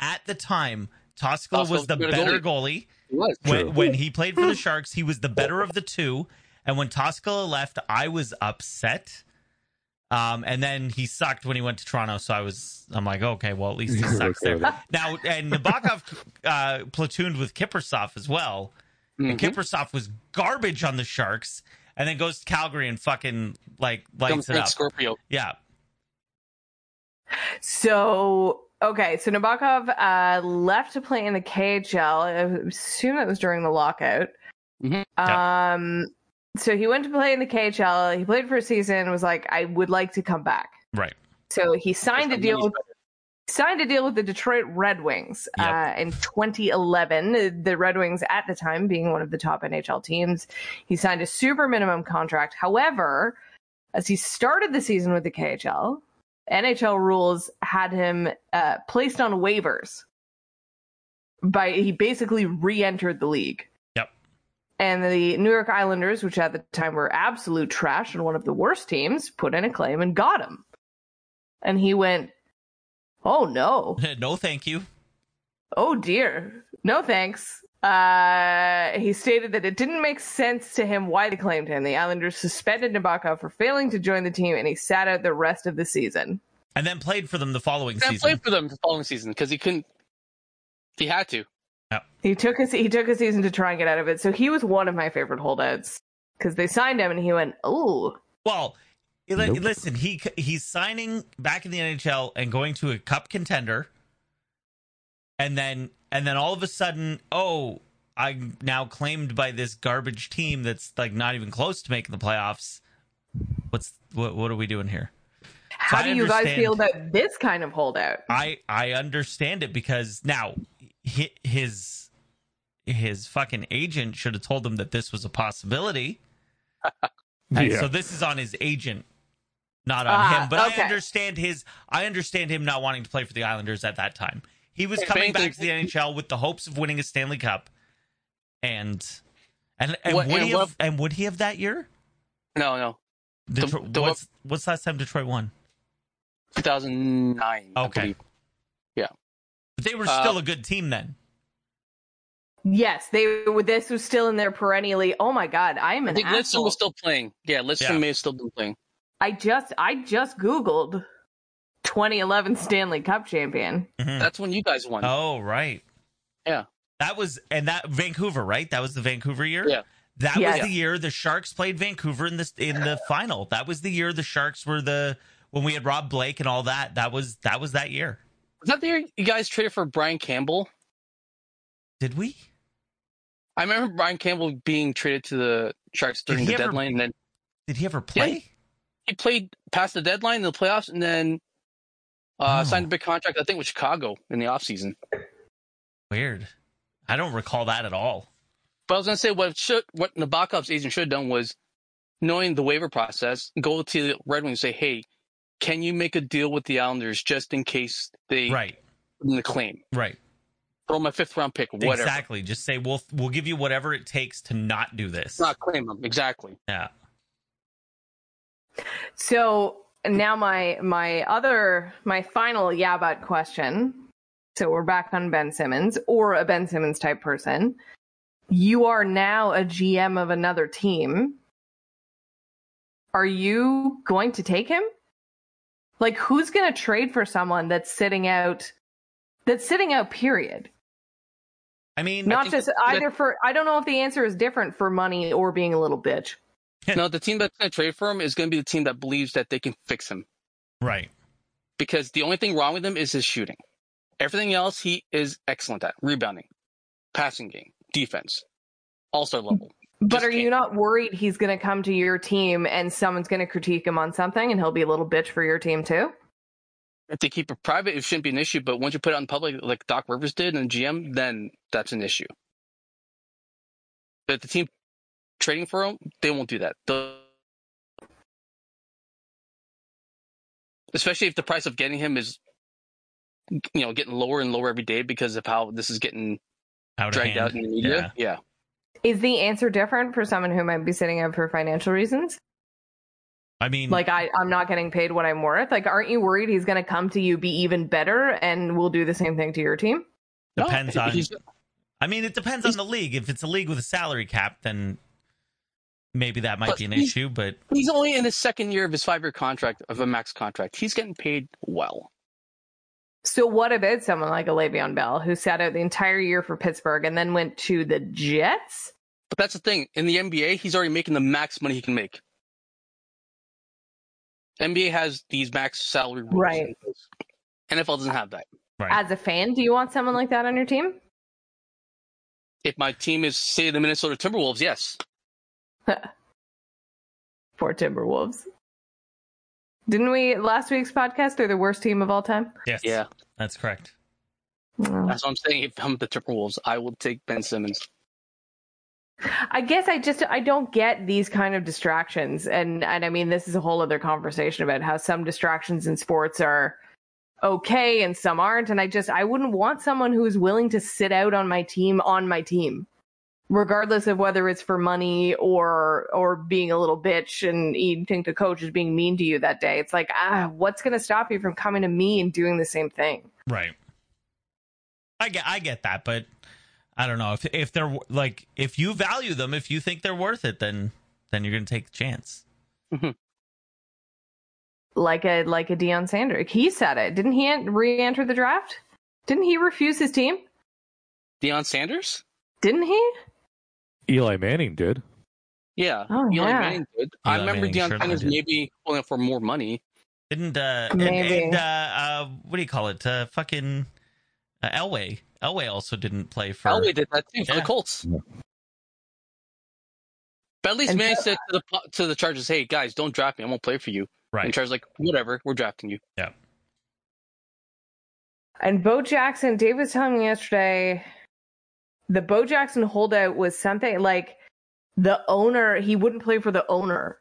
Speaker 2: at the time, Toskala
Speaker 6: Toskala
Speaker 2: was the
Speaker 6: was
Speaker 2: better
Speaker 6: a better
Speaker 2: goalie.
Speaker 6: He was.
Speaker 5: True.
Speaker 2: When, when he played for the Sharks, he was the better of the two. And when Toskala left, I was upset. Um, and then he sucked when he went to Toronto, so I was, I'm like, okay, well, at least he sucks
Speaker 5: Okay
Speaker 2: there.
Speaker 5: with it.
Speaker 2: Now, and Nabokov uh, platooned with Kiprasov as well.
Speaker 6: Mm-hmm.
Speaker 2: And Kiprasov was garbage on the Sharks, and then goes to Calgary and fucking like lights it up.
Speaker 6: Scorpio.
Speaker 2: Yeah,
Speaker 3: So okay, so Nabokov uh, left to play in the KHL. I assume that was during the lockout.
Speaker 6: Mhm.
Speaker 3: Um, so he went to play in the KHL. He played for a season. Was like, I would like to come back.
Speaker 2: right.
Speaker 3: So he signed a
Speaker 6: Because the
Speaker 3: deal
Speaker 6: money's
Speaker 3: with signed a deal with the Detroit Red Wings
Speaker 2: Yep.
Speaker 3: uh, in 2011. The Red Wings at the time being one of the top NHL teams, he signed a super minimum contract. However, as he started the season with the KHL, NHL rules had him uh, placed on waivers. By he basically re-entered the league.
Speaker 2: Yep.
Speaker 3: And the New York Islanders, which at the time were absolute trash and one of the worst teams, put in a claim and got him. And he went, "Oh no,
Speaker 2: no, thank you.
Speaker 3: oh dear, no thanks." Uh, he stated that it didn't make sense to him why they claimed him. The Islanders suspended Nabokov for failing to join the team, and he sat out the rest of the season.
Speaker 2: And then played for them the following
Speaker 6: And I
Speaker 2: season.
Speaker 6: played for them the following season because he couldn't. He had to.
Speaker 3: He took a he took a season to try and get out of it. So he was one of my favorite holdouts because they signed him, and he went, "Oh,
Speaker 2: Well, li-
Speaker 5: Nope.
Speaker 2: listen, he c- he's signing back in the NHL and going to a cup contender, and then and then all of a sudden, oh, I'm now claimed by this garbage team that's like not even close to making the playoffs. What's what? What are we doing here?
Speaker 3: how
Speaker 2: I
Speaker 3: do you guys
Speaker 2: understand-
Speaker 3: feel about this kind of holdout?"
Speaker 2: I I understand it because now hi- his his fucking agent should have told him that this was a possibility. And
Speaker 5: yeah.
Speaker 2: so this is on his agent, not on
Speaker 3: Ah,
Speaker 2: him. But
Speaker 3: okay.
Speaker 2: I understand his I understand him not wanting to play for the Islanders at that time. He was
Speaker 6: If
Speaker 2: coming
Speaker 6: anything-
Speaker 2: back to the NHL with the hopes of winning a Stanley Cup, and and and
Speaker 6: What-
Speaker 2: would
Speaker 6: and
Speaker 2: he
Speaker 6: what-
Speaker 2: have, and would he have that year?
Speaker 6: No, no.
Speaker 2: Detroit,
Speaker 6: the-
Speaker 2: what's what's last time Detroit won?
Speaker 6: 2009. I
Speaker 2: Okay.
Speaker 6: believe.
Speaker 2: But they were
Speaker 6: Uh,
Speaker 2: still a good team then.
Speaker 3: Yes, they were. This was still in there perennially. Oh my god, I am
Speaker 6: I
Speaker 3: an
Speaker 6: think Lidstrom
Speaker 3: asshole.
Speaker 6: was still playing. Yeah, Lidstrom
Speaker 2: Yeah.
Speaker 6: may have still been playing.
Speaker 3: I just, I just googled 2011 Stanley Cup champion.
Speaker 2: Mhm.
Speaker 6: That's when you guys won.
Speaker 2: Oh right,
Speaker 6: Yeah.
Speaker 2: That was and that Vancouver, right? That was the Vancouver year.
Speaker 6: Yeah.
Speaker 2: That
Speaker 3: Yes.
Speaker 2: was the year the Sharks played Vancouver in the in the final. That was the year the Sharks were the when we had Rob Blake and all that. That was that was that year.
Speaker 6: Was that the year you guys traded for Brian Campbell?
Speaker 2: Did we?
Speaker 6: I remember Brian Campbell being traded to the Sharks during
Speaker 2: he
Speaker 6: the
Speaker 2: ever-
Speaker 6: deadline, and then
Speaker 2: Did he ever play?
Speaker 6: he played past the deadline in the playoffs, and then uh,
Speaker 2: Wow.
Speaker 6: signed a big contract, I think, with Chicago in the offseason.
Speaker 2: Weird. I don't recall that at all.
Speaker 6: But I was gonna say what should what Nabokov's agent should have done was knowing the waiver process, go to the Red Wings and say, Hey, can you make a deal with the Islanders just in case they
Speaker 2: Right.
Speaker 6: put in the claim?
Speaker 2: Right.
Speaker 6: Throw my fifth round pick, whatever.
Speaker 2: Exactly. Just say we'll we'll give you whatever it takes to not do this.
Speaker 6: Not claim them. Exactly.
Speaker 2: yeah.
Speaker 3: So now my my other my final yeah about question. So we're back on Ben Simmons or a Ben Simmons type person. You are now a GM of another team. Are you going to take him? Like who's going to trade for someone that's sitting out that's sitting out period.
Speaker 2: I mean,
Speaker 3: Not
Speaker 6: think
Speaker 3: just
Speaker 6: that-
Speaker 3: either for I don't know if the answer is different for money or being a little bitch.
Speaker 6: no, the team that's gonna trade for him is gonna be the team that believes that they can fix him.
Speaker 2: right.
Speaker 6: Because the only thing wrong with him is his shooting. Everything else he is excellent at. Rebounding, passing game, defense, all star level.
Speaker 3: But
Speaker 6: Just
Speaker 3: are you
Speaker 6: can't.
Speaker 3: not worried he's going to come to your team and someone's going to critique him on something and he'll be a little bitch for your team too?
Speaker 6: if they keep it private, it shouldn't be an issue. But once you put it on public, like Doc Rivers did and GM, then that's an issue. But the team trading for him, they won't do that. They'll- Especially if the price of getting him is, you know, getting lower and lower every day because of how this is getting
Speaker 2: Out of
Speaker 6: dragged
Speaker 2: hand.
Speaker 6: out in the media. Yeah.
Speaker 3: Is the answer different for someone who might be sitting up for financial reasons?
Speaker 2: I
Speaker 6: Mm.
Speaker 2: mean,
Speaker 3: Like I, I'm not getting paid what I'm worth. Like, aren't you worried he's going to come to you, be even better, and will do the same thing to your team?
Speaker 6: No,
Speaker 2: Depends on-
Speaker 6: he's-
Speaker 2: I mean, it depends on the league. If it's a league with a salary cap, then maybe that might
Speaker 6: But
Speaker 2: be an
Speaker 6: he's-
Speaker 2: issue. But
Speaker 6: He's only in his second year of his five year contract, of a max contract. He's getting paid well.
Speaker 3: So what about someone like a Le'Veon Bell who sat out the entire year for Pittsburgh and then went to the Jets?
Speaker 6: But that's the thing. In the NBA, he's already making the max money he can make. NBA has these max salary rules.
Speaker 3: Right.
Speaker 6: NFL doesn't have that.
Speaker 2: right,
Speaker 3: As a fan, do you want someone like that on your team?
Speaker 6: If my team is, say, the Minnesota Timberwolves, yes.
Speaker 3: Poor Timberwolves. Didn't we last week's podcast? They're the worst team of all time.
Speaker 2: yes,
Speaker 6: Yeah.
Speaker 2: that's correct.
Speaker 3: Oh.
Speaker 6: That's what I'm saying. If I'm the Timberwolves, I will take Ben Simmons.
Speaker 3: I guess I just I don't get these kind of distractions, and and I mean this is a whole other conversation about how some distractions in sports are okay and some aren't, and I just I wouldn't want someone who is willing to sit out on my team on my team, regardless of whether it's for money or or being a little bitch and you think the coach is being mean to you that day. It's like ah, what's going to stop you from coming to me and doing the same thing?
Speaker 2: Right. I get, I get that, but I don't know if if they're wor- like if you value them, if you think they're worth it, then then you're gonna take the chance.
Speaker 3: like a like a Deion Sanders. He said it, didn't he? Re-enter the draft? Didn't he refuse his team?
Speaker 6: Deion Sanders?
Speaker 3: Didn't he?
Speaker 5: Eli Manning did.
Speaker 6: Yeah.
Speaker 3: Oh,
Speaker 6: Eli
Speaker 3: yeah.
Speaker 6: Manning did. I
Speaker 2: Eli
Speaker 6: remember
Speaker 2: Manning
Speaker 6: Deion
Speaker 2: certainly
Speaker 6: Sanders
Speaker 2: did.
Speaker 6: maybe pulling for more money.
Speaker 2: Didn't uh and,
Speaker 3: Maybe.
Speaker 2: and, uh, uh what do you call it? Uh, fucking uh, Elway. Elway also didn't play for.
Speaker 6: Elway did that too for
Speaker 2: Yeah.
Speaker 6: the Colts.
Speaker 5: Yeah.
Speaker 6: But at least
Speaker 3: And-
Speaker 6: Manning said to the to the Chargers, "Hey guys, don't draft me. I won't play for you."
Speaker 2: Right.
Speaker 6: And Chargers like, "Whatever, we're drafting you."
Speaker 3: And Bo Jackson, Dave was telling me yesterday, the Bo Jackson holdout was something like the owner. He wouldn't play for the owner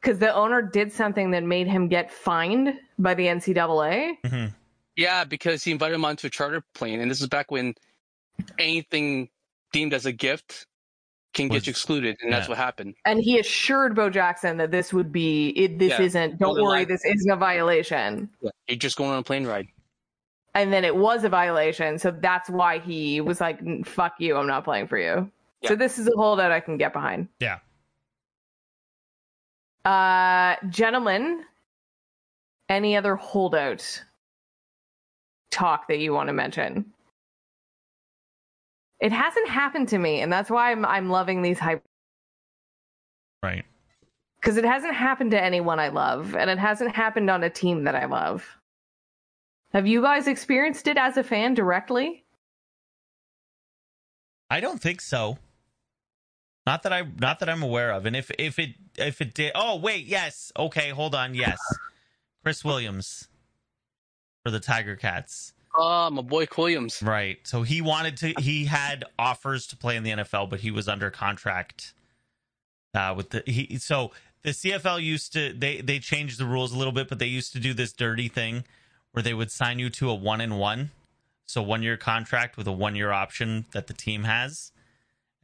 Speaker 3: because the owner did something that made him get fined by the NCAA.
Speaker 2: Mhm.
Speaker 6: Yeah, because he invited him onto a charter plane, and this is back when anything deemed as a gift can
Speaker 2: Was-
Speaker 6: get you excluded, and that's
Speaker 2: yeah.
Speaker 6: what happened.
Speaker 3: And he assured Bo Jackson that this would be it. This
Speaker 6: Yeah.
Speaker 3: isn't. Don't
Speaker 6: Well,
Speaker 3: worry,
Speaker 6: like-
Speaker 3: this isn't a violation.
Speaker 6: You're just going on a plane ride.
Speaker 3: And then it was a violation, so that's why he was like, "N- "Fuck you, I'm not playing for you."
Speaker 6: Yeah.
Speaker 3: So this is a holdout I can get behind.
Speaker 2: Yeah.
Speaker 3: Uh, gentlemen, any other holdout talk that you want to mention? It hasn't happened to me, and that's why I'm I'm loving these hype
Speaker 2: Right.
Speaker 3: because it hasn't happened to anyone I love, and it hasn't happened on a team that I love. Have you guys experienced it as a fan directly?
Speaker 2: I don't think so. Not that I not that I'm aware of. And if if it if it did oh wait, yes. Okay, hold on, yes. Chris Williams for the Tiger Cats.
Speaker 6: Oh, my boy Williams.
Speaker 2: Right. So he wanted to he had offers to play in the NFL, but he was under contract uh with the he so the CFL used to they they changed the rules a little bit, but they used to do this dirty thing where they would sign you to a one and one. So one year contract with a one year option that the team has.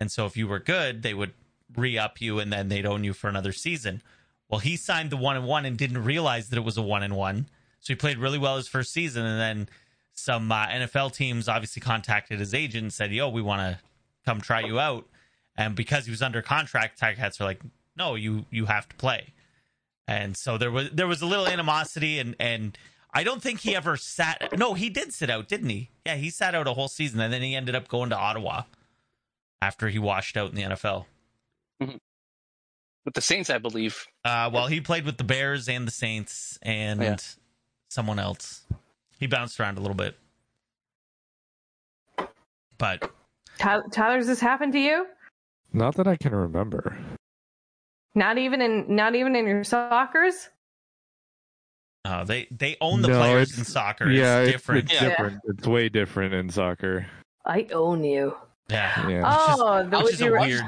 Speaker 2: And so if you were good, they would re up you and then they'd own you for another season. Well, he signed the one and one and didn't realize that it was a one and one. So he played really well his first season and then some uh, NFL teams obviously contacted his agent and said, "Yo, we want to come try you out." And because he was under contract, Tiger Cats are like, "No, you you have to play." And so there was there was a little animosity, and and I don't think he ever sat. No, he did sit out, didn't he? Yeah, he sat out a whole season, and then he ended up going to Ottawa after he washed out in the NFL.
Speaker 6: With the Saints, I believe.
Speaker 2: Uh, well, he played with the Bears and the Saints and
Speaker 6: Yeah.
Speaker 2: someone else. He bounced around a little bit, but
Speaker 3: Ty- Tyler, has this happened to you?
Speaker 5: Not that I can remember.
Speaker 3: Not even in not even in your soccers?
Speaker 2: Oh, they they own the
Speaker 5: No,
Speaker 2: players
Speaker 5: it's-
Speaker 2: in soccer.
Speaker 5: yeah,
Speaker 2: it's
Speaker 5: it's-
Speaker 2: different.
Speaker 5: It's,
Speaker 6: Yeah.
Speaker 5: different. It's way different in soccer.
Speaker 3: I own you.
Speaker 2: yeah.
Speaker 5: Yeah.
Speaker 3: Oh, the
Speaker 2: Which is
Speaker 3: would
Speaker 2: a
Speaker 3: you ra-
Speaker 2: weird.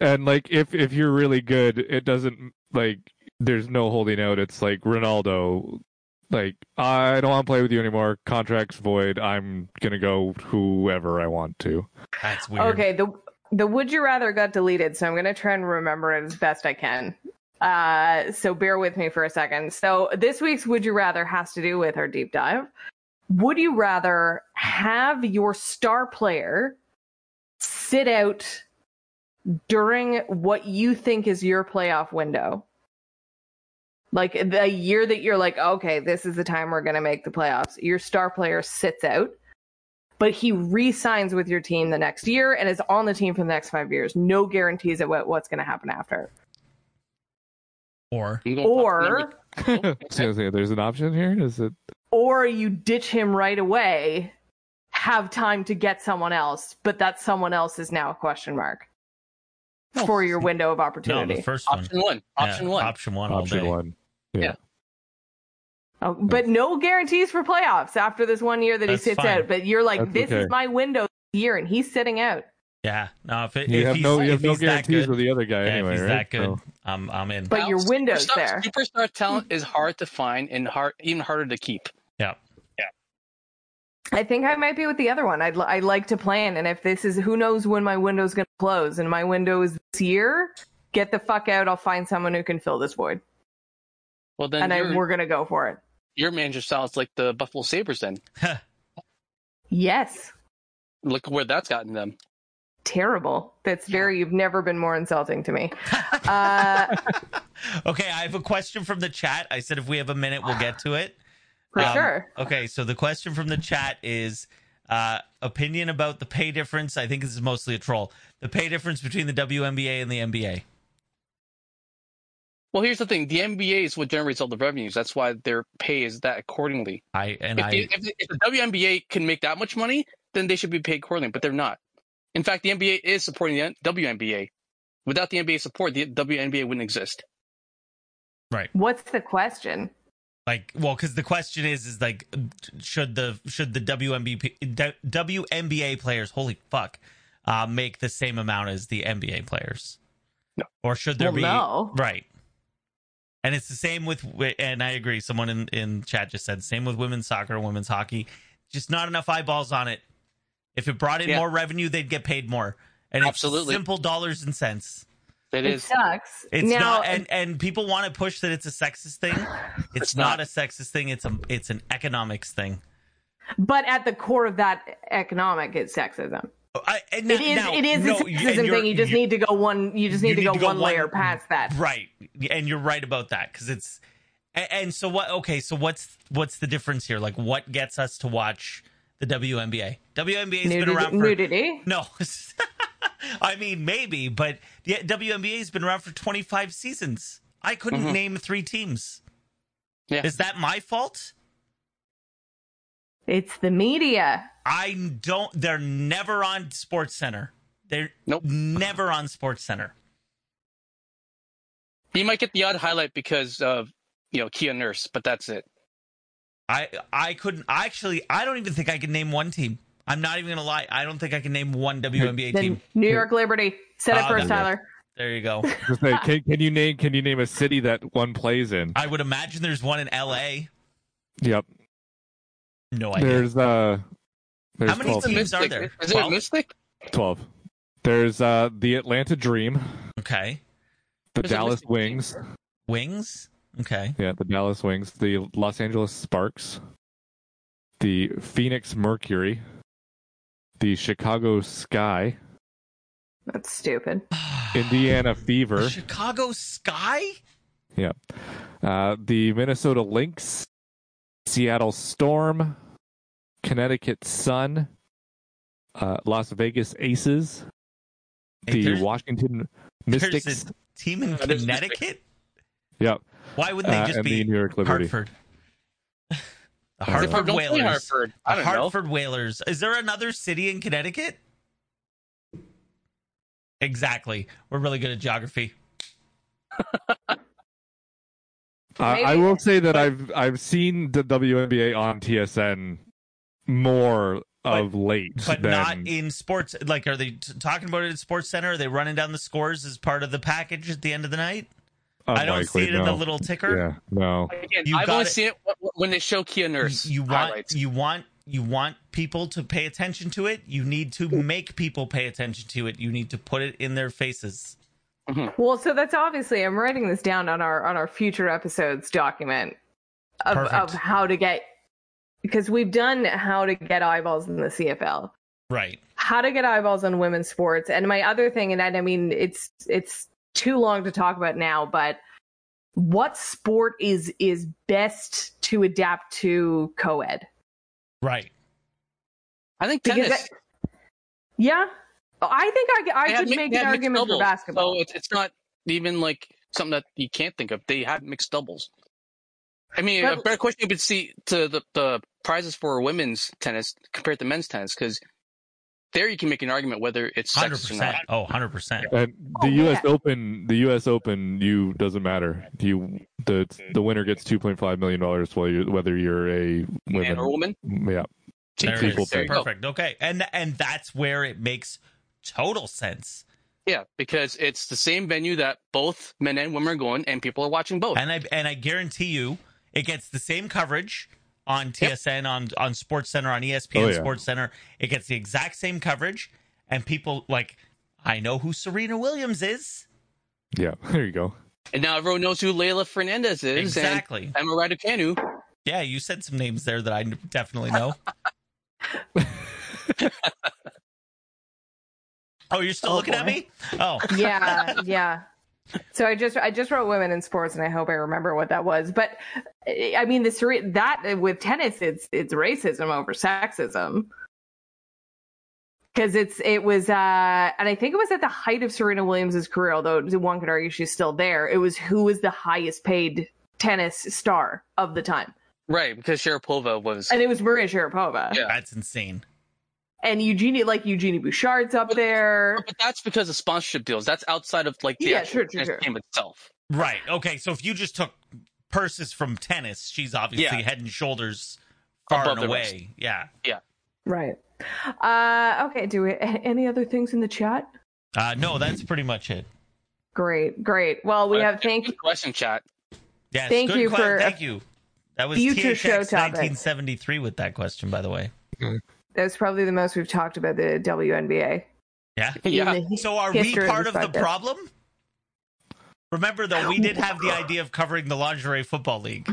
Speaker 5: And like if if you're really good, it doesn't like there's no holding out. It's like Ronaldo like I don't want to play with you anymore. Contract's void. I'm going to go whoever I want to.
Speaker 2: That's weird.
Speaker 3: Okay, the the would you rather got deleted, so I'm gonna try and remember it as best I can. Uh, so bear with me for a second. So this week's would you rather has to do with our deep dive. Would you rather have your star player sit out during what you think is your playoff window? Like the year that you're like, okay, this is the time we're going to make the playoffs. Your star player sits out but he re-signs with your team the next year and is on the team for the next five years. No guarantees of what, what's going to happen after.
Speaker 2: Or
Speaker 6: I'm going
Speaker 3: Or
Speaker 5: Excuse me, there's an option here? Is it
Speaker 3: or you ditch him right away, have time to get someone else, but that someone else is now a question mark for your window of
Speaker 2: no,
Speaker 3: opportunity.
Speaker 2: the first one.
Speaker 6: option one. Option
Speaker 2: Yeah,
Speaker 6: one.
Speaker 2: Option one. All
Speaker 5: option
Speaker 2: day.
Speaker 5: 1?
Speaker 3: Oh, but no guarantees for playoffs after this one year that
Speaker 2: That's
Speaker 3: he sits
Speaker 2: fine.
Speaker 3: out. But you're like,
Speaker 5: That's
Speaker 3: this
Speaker 5: okay.
Speaker 3: is my window this year, and he's sitting out.
Speaker 2: Yeah. No, if, it,
Speaker 5: You
Speaker 2: if
Speaker 5: have
Speaker 2: he's,
Speaker 5: no you
Speaker 2: if
Speaker 5: have no
Speaker 2: he's that
Speaker 5: guarantees
Speaker 2: good,
Speaker 5: with the other guy
Speaker 2: yeah,
Speaker 5: anyway,
Speaker 2: if he's that
Speaker 5: right?
Speaker 2: good,
Speaker 5: So-
Speaker 2: I'm I'm in.
Speaker 3: But your
Speaker 6: Now,
Speaker 3: window's there.
Speaker 6: superstar- Superstar talent is hard to find and hard, even harder to keep.
Speaker 2: yeah.
Speaker 3: I think I might be with the other one. I'd, li- I like to plan, and if this is who knows when my window's going to close, and my window is this year, get the fuck out. I'll find someone who can fill this void,
Speaker 6: Well, then
Speaker 3: and, I,
Speaker 6: your,
Speaker 3: we're going to go for it.
Speaker 6: your manager sounds like the Buffalo Sabres. Then
Speaker 3: Yes,
Speaker 6: look where that's gotten them.
Speaker 3: terrible. That's very. You've never been more insulting to me. Uh,
Speaker 2: Okay, I have a question from the chat. I said if we have a minute, we'll get to it.
Speaker 3: for
Speaker 2: Um,
Speaker 3: sure.
Speaker 2: Okay, so the question from the chat is uh, opinion about the pay difference. I think this is mostly a troll. The pay difference between the WNBA and the NBA.
Speaker 6: Well, here's the thing: the NBA is what generates all the revenues. That's why their pay is that accordingly.
Speaker 2: I and
Speaker 6: If,
Speaker 2: I
Speaker 6: the, if, the, if the WNBA can make that much money, then they should be paid accordingly. But they're not. In fact, the NBA is supporting the N- WNBA. Without the NBA support, the WNBA wouldn't exist.
Speaker 3: What's the question?
Speaker 2: like well because the question is is like should the should the WNBP, WNBA players holy fuck uh, make the same amount as the NBA players
Speaker 6: No.
Speaker 2: or should there
Speaker 3: Well,
Speaker 2: be
Speaker 3: no.
Speaker 2: right And it's the same with, wi- and I agree. Someone in, in chat just said, same with women's soccer and women's hockey. Just not enough eyeballs on it. If it brought in
Speaker 6: Yeah.
Speaker 2: more revenue, they'd get paid more. And
Speaker 6: Absolutely.
Speaker 2: it's simple dollars and cents.
Speaker 6: It
Speaker 3: It,
Speaker 6: is.
Speaker 3: sucks.
Speaker 2: It's
Speaker 3: now,
Speaker 2: not, and, and people want to push that it's a sexist thing. It's,
Speaker 6: It's
Speaker 2: not.
Speaker 6: not.
Speaker 2: a sexist thing. It's a, it's an economics thing.
Speaker 3: but at the core of that economic is sexism.
Speaker 2: I, and
Speaker 3: It
Speaker 2: now-
Speaker 3: is.
Speaker 2: now-
Speaker 3: it is
Speaker 2: no,
Speaker 3: a
Speaker 2: you- and
Speaker 3: sexism
Speaker 2: you're-
Speaker 3: thing. You just
Speaker 2: you-
Speaker 3: need to go one. You just need,
Speaker 2: you
Speaker 3: to, go one, layer past that.
Speaker 2: Right. And you're right about that cuz it's a- and so what okay, so what's what's the difference here? Like what gets us to watch the WNBA? WNBA's been
Speaker 3: Nudity,
Speaker 2: around for
Speaker 3: nudity.
Speaker 2: No. I mean maybe, but the WNBA's been around for 25 seasons. I couldn't
Speaker 3: Mm-hmm.
Speaker 6: Mhm.
Speaker 2: name 3 teams.
Speaker 6: Yeah.
Speaker 2: Is that my fault?
Speaker 3: It's the media.
Speaker 2: I don't they're never on Sports Center. They're
Speaker 6: Nope.
Speaker 2: never on Sports Center.
Speaker 6: You might get the odd highlight because of you know Kia Nurse, but that's it.
Speaker 2: I I couldn't I actually I don't even think I can name one team. I'm not even gonna lie. I don't think I can name one WNBA
Speaker 3: The
Speaker 2: team.
Speaker 3: New York Liberty. Set it
Speaker 2: Ah,
Speaker 3: first,
Speaker 2: that-
Speaker 3: Tyler.
Speaker 2: There you go.
Speaker 5: Just like, can, can you name can you name a city that one plays in?
Speaker 2: I would imagine there's one in LA.
Speaker 5: Yep.
Speaker 2: No idea.
Speaker 5: There's uh there's
Speaker 2: How many
Speaker 5: 12,
Speaker 2: teams are
Speaker 6: Mystic.
Speaker 2: there?
Speaker 6: Is there a
Speaker 2: Twelve?
Speaker 6: Mystic?
Speaker 5: 12. There's uh the Atlanta Dream,
Speaker 2: Okay.
Speaker 5: the
Speaker 6: There's a
Speaker 5: Dallas
Speaker 6: Mystic team.
Speaker 5: Wings,
Speaker 2: Wings? Okay.
Speaker 5: yeah, the Dallas Wings, the Los Angeles Sparks, the Phoenix Mercury, the Chicago Sky,
Speaker 3: That's stupid.
Speaker 5: Indiana Fever,
Speaker 2: Chicago Sky?
Speaker 5: yeah, uh the Minnesota Lynx, Seattle Storm, Connecticut Sun, uh Las Vegas Aces,
Speaker 2: Hey,
Speaker 5: the
Speaker 2: there's-
Speaker 5: Washington
Speaker 2: there's
Speaker 5: Mystics.
Speaker 2: a team in
Speaker 6: Uh, there's
Speaker 2: Connecticut?
Speaker 5: Yep.
Speaker 2: Why wouldn't
Speaker 5: Uh,
Speaker 2: they just
Speaker 5: and the
Speaker 2: be
Speaker 5: New York Liberty. Uh,
Speaker 2: Hartford? The
Speaker 5: I don't
Speaker 2: Hartford
Speaker 6: Don't play
Speaker 2: Whalers.
Speaker 6: Hartford. I
Speaker 2: The
Speaker 6: don't know.
Speaker 2: Hartford Whalers. Is there another city in Connecticut? Exactly. We're really good at geography.
Speaker 5: I, I
Speaker 3: Maybe-
Speaker 5: will say that I've I've seen the WNBA on TSN more of late,
Speaker 2: but
Speaker 5: than,
Speaker 2: not in sports. Like, are they t- talking about it at Sports Center? Are they running down the scores as part of the package at the end of the night? I don't see
Speaker 5: unlikely,
Speaker 2: it in the
Speaker 5: no.
Speaker 2: little ticker.
Speaker 5: Yeah, no.
Speaker 6: Again,
Speaker 2: You
Speaker 6: I've
Speaker 2: got
Speaker 6: only
Speaker 2: it.
Speaker 6: seen it wh- wh- when they show Kia Nurse.
Speaker 2: You want
Speaker 6: highlights.
Speaker 2: you want you want people to pay attention to it. You need to make people pay attention to it. You need to put it in their faces.
Speaker 3: Well, so that's obviously I'm writing this down on our on our future episodes document of
Speaker 2: Perfect.
Speaker 3: of how to get because we've done how to get eyeballs in the CFL.
Speaker 2: Right.
Speaker 3: How to get eyeballs on women's sports. And my other thing, and I I mean it's it's too long to talk about now, but what sport is is best to adapt to co ed?
Speaker 2: Right.
Speaker 6: I think
Speaker 3: Because
Speaker 6: tennis.
Speaker 3: I- Yeah? I think I,
Speaker 6: They
Speaker 3: I
Speaker 6: have
Speaker 3: could
Speaker 6: mi-
Speaker 3: make
Speaker 6: they
Speaker 3: an
Speaker 6: have mixed
Speaker 3: argument for
Speaker 6: doubles.
Speaker 3: basketball.
Speaker 6: So it's, it's not even like something that you can't think of. They have mixed doubles. I mean, a
Speaker 3: But-
Speaker 6: better question would see to the, the prizes for women's tennis compared to men's tennis because there you can make an argument whether it's
Speaker 2: Hundred
Speaker 6: sexist or
Speaker 2: percent.
Speaker 6: not.
Speaker 2: Oh, 100 percent.
Speaker 5: And
Speaker 3: Oh,
Speaker 5: the U.S.
Speaker 3: yeah.
Speaker 5: Open, the U.S. Open, you doesn't matter. You the the winner gets two point five million dollars whether you whether you're a
Speaker 6: Man
Speaker 5: women.
Speaker 6: or woman?
Speaker 5: Yeah,
Speaker 2: There it
Speaker 5: People
Speaker 2: is.
Speaker 5: pay.
Speaker 2: Perfect. Okay. And and that's where it makes total sense.
Speaker 6: Yeah, because it's the same venue that both men and women are going, and people are watching both.
Speaker 2: And I and I guarantee you, it gets the same coverage on TSN, on on Sports Center, on E ESPN
Speaker 5: Oh, yeah.
Speaker 2: Sports Center. It gets the exact same coverage, and people like, I know who Serena Williams is.
Speaker 5: yeah. There you go.
Speaker 6: And now everyone knows who Layla Fernandez is
Speaker 2: Exactly.
Speaker 6: and Emma Raducanu.
Speaker 2: Yeah, you said some names there that I definitely know. oh, you're still
Speaker 3: Oh,
Speaker 2: looking at
Speaker 3: boy.
Speaker 2: me? Oh,
Speaker 3: yeah yeah so i just i just wrote women in sports and i hope i remember what that was but eh, i mean this re- that eh, with tennis it's it's racism over sexism because it's it was uh and i think it was at the height of serena williams's career although one could argue she's still there it was who was the highest paid tennis star of the time
Speaker 6: Right, because Sharapova was.
Speaker 3: and it was maria sharapova
Speaker 6: Yeah.
Speaker 2: Oh, that's insane.
Speaker 3: and eugenie like eugenie bouchard's up there
Speaker 6: But that's because of sponsorship deals. That's outside of like the
Speaker 3: Yeah,
Speaker 6: actual
Speaker 3: sure, sure, sure.
Speaker 6: game itself.
Speaker 2: Right. Okay. So if you just took purses from tennis, she's obviously
Speaker 6: Yeah.
Speaker 2: head and shoulders far
Speaker 6: Above
Speaker 2: and
Speaker 6: the
Speaker 2: away. Yeah.
Speaker 3: right uh okay do we a- any other things in the chat
Speaker 2: Uh, no, that's pretty much it.
Speaker 3: Great, great. Well, we
Speaker 6: But
Speaker 3: have thank
Speaker 6: good question chat.
Speaker 2: Yes,
Speaker 3: Thank
Speaker 2: good
Speaker 3: you
Speaker 2: que-
Speaker 3: for
Speaker 2: thank you. That was
Speaker 3: future
Speaker 2: THX
Speaker 3: show topic.
Speaker 2: 1973 with that question, by the way.
Speaker 3: That's probably the most we've talked about the WNBA.
Speaker 2: Yeah.
Speaker 6: Yeah.
Speaker 3: In the-
Speaker 2: So are we
Speaker 3: History of
Speaker 2: part
Speaker 3: the
Speaker 2: of the
Speaker 3: subject.
Speaker 2: problem? Remember though, we did have the idea of covering the lingerie football league.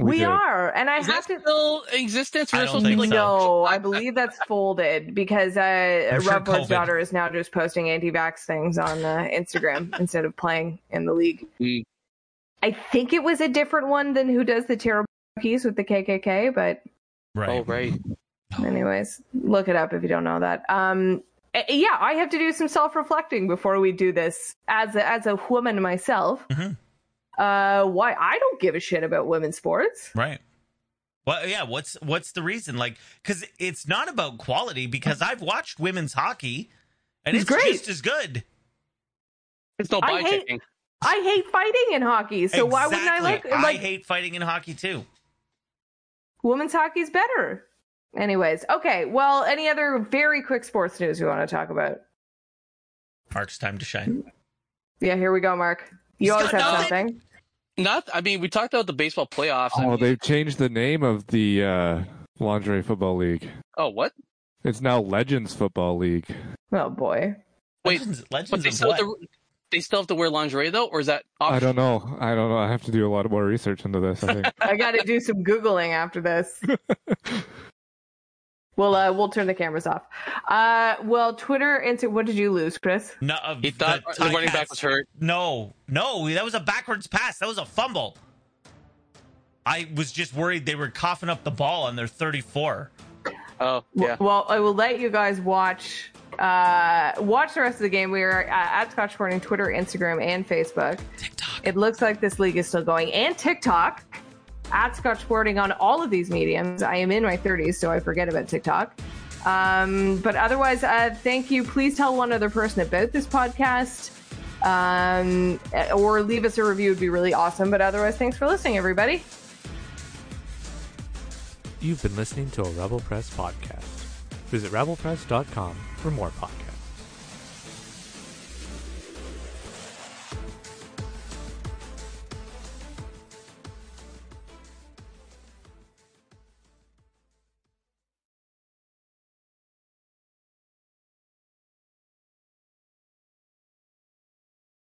Speaker 3: we
Speaker 5: did.
Speaker 3: are, and I
Speaker 6: Is
Speaker 3: have
Speaker 6: that
Speaker 3: to.
Speaker 6: still in existence?
Speaker 2: I
Speaker 6: We're
Speaker 2: don't
Speaker 6: supposed to be
Speaker 2: think
Speaker 6: like,
Speaker 2: so.
Speaker 3: No, I believe that's folded because uh,
Speaker 2: I'm sure
Speaker 3: Rob Ford's
Speaker 2: COVID.
Speaker 3: daughter is now just posting anti-vax things on uh, Instagram instead of playing in the league.
Speaker 6: Mm.
Speaker 3: I think it was a different one than who does the terrible piece with the KKK, but
Speaker 6: oh, right.
Speaker 3: anyways, look it up if you don't know that. Um, eh, yeah, I have to do some self-reflecting before we do this as a, as a woman myself.
Speaker 2: Mhm.
Speaker 3: Uh, why I don't give a shit about women's sports.
Speaker 2: Right. Well, yeah. What's what's the reason? Like, because it's not about quality. Because I've watched women's hockey, and
Speaker 3: It's
Speaker 2: it's,
Speaker 3: great.
Speaker 2: just as good.
Speaker 6: It's no
Speaker 3: I
Speaker 6: buy
Speaker 3: hate-
Speaker 6: kicking.
Speaker 3: I hate fighting in hockey, so why wouldn't I like
Speaker 2: Exactly.
Speaker 3: like
Speaker 2: I hate fighting in hockey too.
Speaker 3: women's hockey's better. Anyways, okay. Well, any other very quick sports news you want to talk about?
Speaker 2: Mark's time to shine.
Speaker 3: Yeah, here we go, Mark. You
Speaker 6: He's
Speaker 3: always
Speaker 6: got
Speaker 3: have
Speaker 6: nothing.
Speaker 3: something.
Speaker 6: Not. I mean, we talked about the baseball playoffs. I
Speaker 5: Oh,
Speaker 6: mean-
Speaker 5: they've changed the name of the uh, lingerie football league.
Speaker 6: oh, what?
Speaker 5: It's now Legends Football League.
Speaker 3: Oh boy.
Speaker 6: Wait,
Speaker 2: legends,
Speaker 6: But
Speaker 2: legends
Speaker 6: they
Speaker 2: of
Speaker 6: still,
Speaker 2: what?
Speaker 6: have to, they still have to wear lingerie though, or is that?
Speaker 5: I
Speaker 6: Optional?
Speaker 5: don't know. I don't know. I have to do a lot more research into this. I think.
Speaker 3: I got to do some googling after this. We'll uh, we'll turn the cameras off. Uh, well, Twitter. Insta- what did you lose, Chris?
Speaker 2: No, of
Speaker 6: He thought the,
Speaker 2: Ticats.
Speaker 6: running back was hurt.
Speaker 2: No, no, that was a backwards pass. That was a fumble. I was just worried they were coughing up the ball on their 34.
Speaker 6: Oh,
Speaker 3: W-
Speaker 6: yeah.
Speaker 3: Well, I will let you guys watch uh, watch the rest of the game. We are uh, at Scotch Sporting Twitter, Instagram, and Facebook.
Speaker 2: TikTok.
Speaker 3: It looks like this league is still going, and TikTok at Scotch Sporting on all of these mediums. I am in my 30s, so I forget about TikTok. Um, but otherwise, uh, thank you. Please tell one other person about this podcast um, or leave us a review, would be really awesome. But otherwise, thanks for listening, everybody.
Speaker 7: You've been listening to a Rebel Press podcast. Visit rebelpress.com for more podcasts.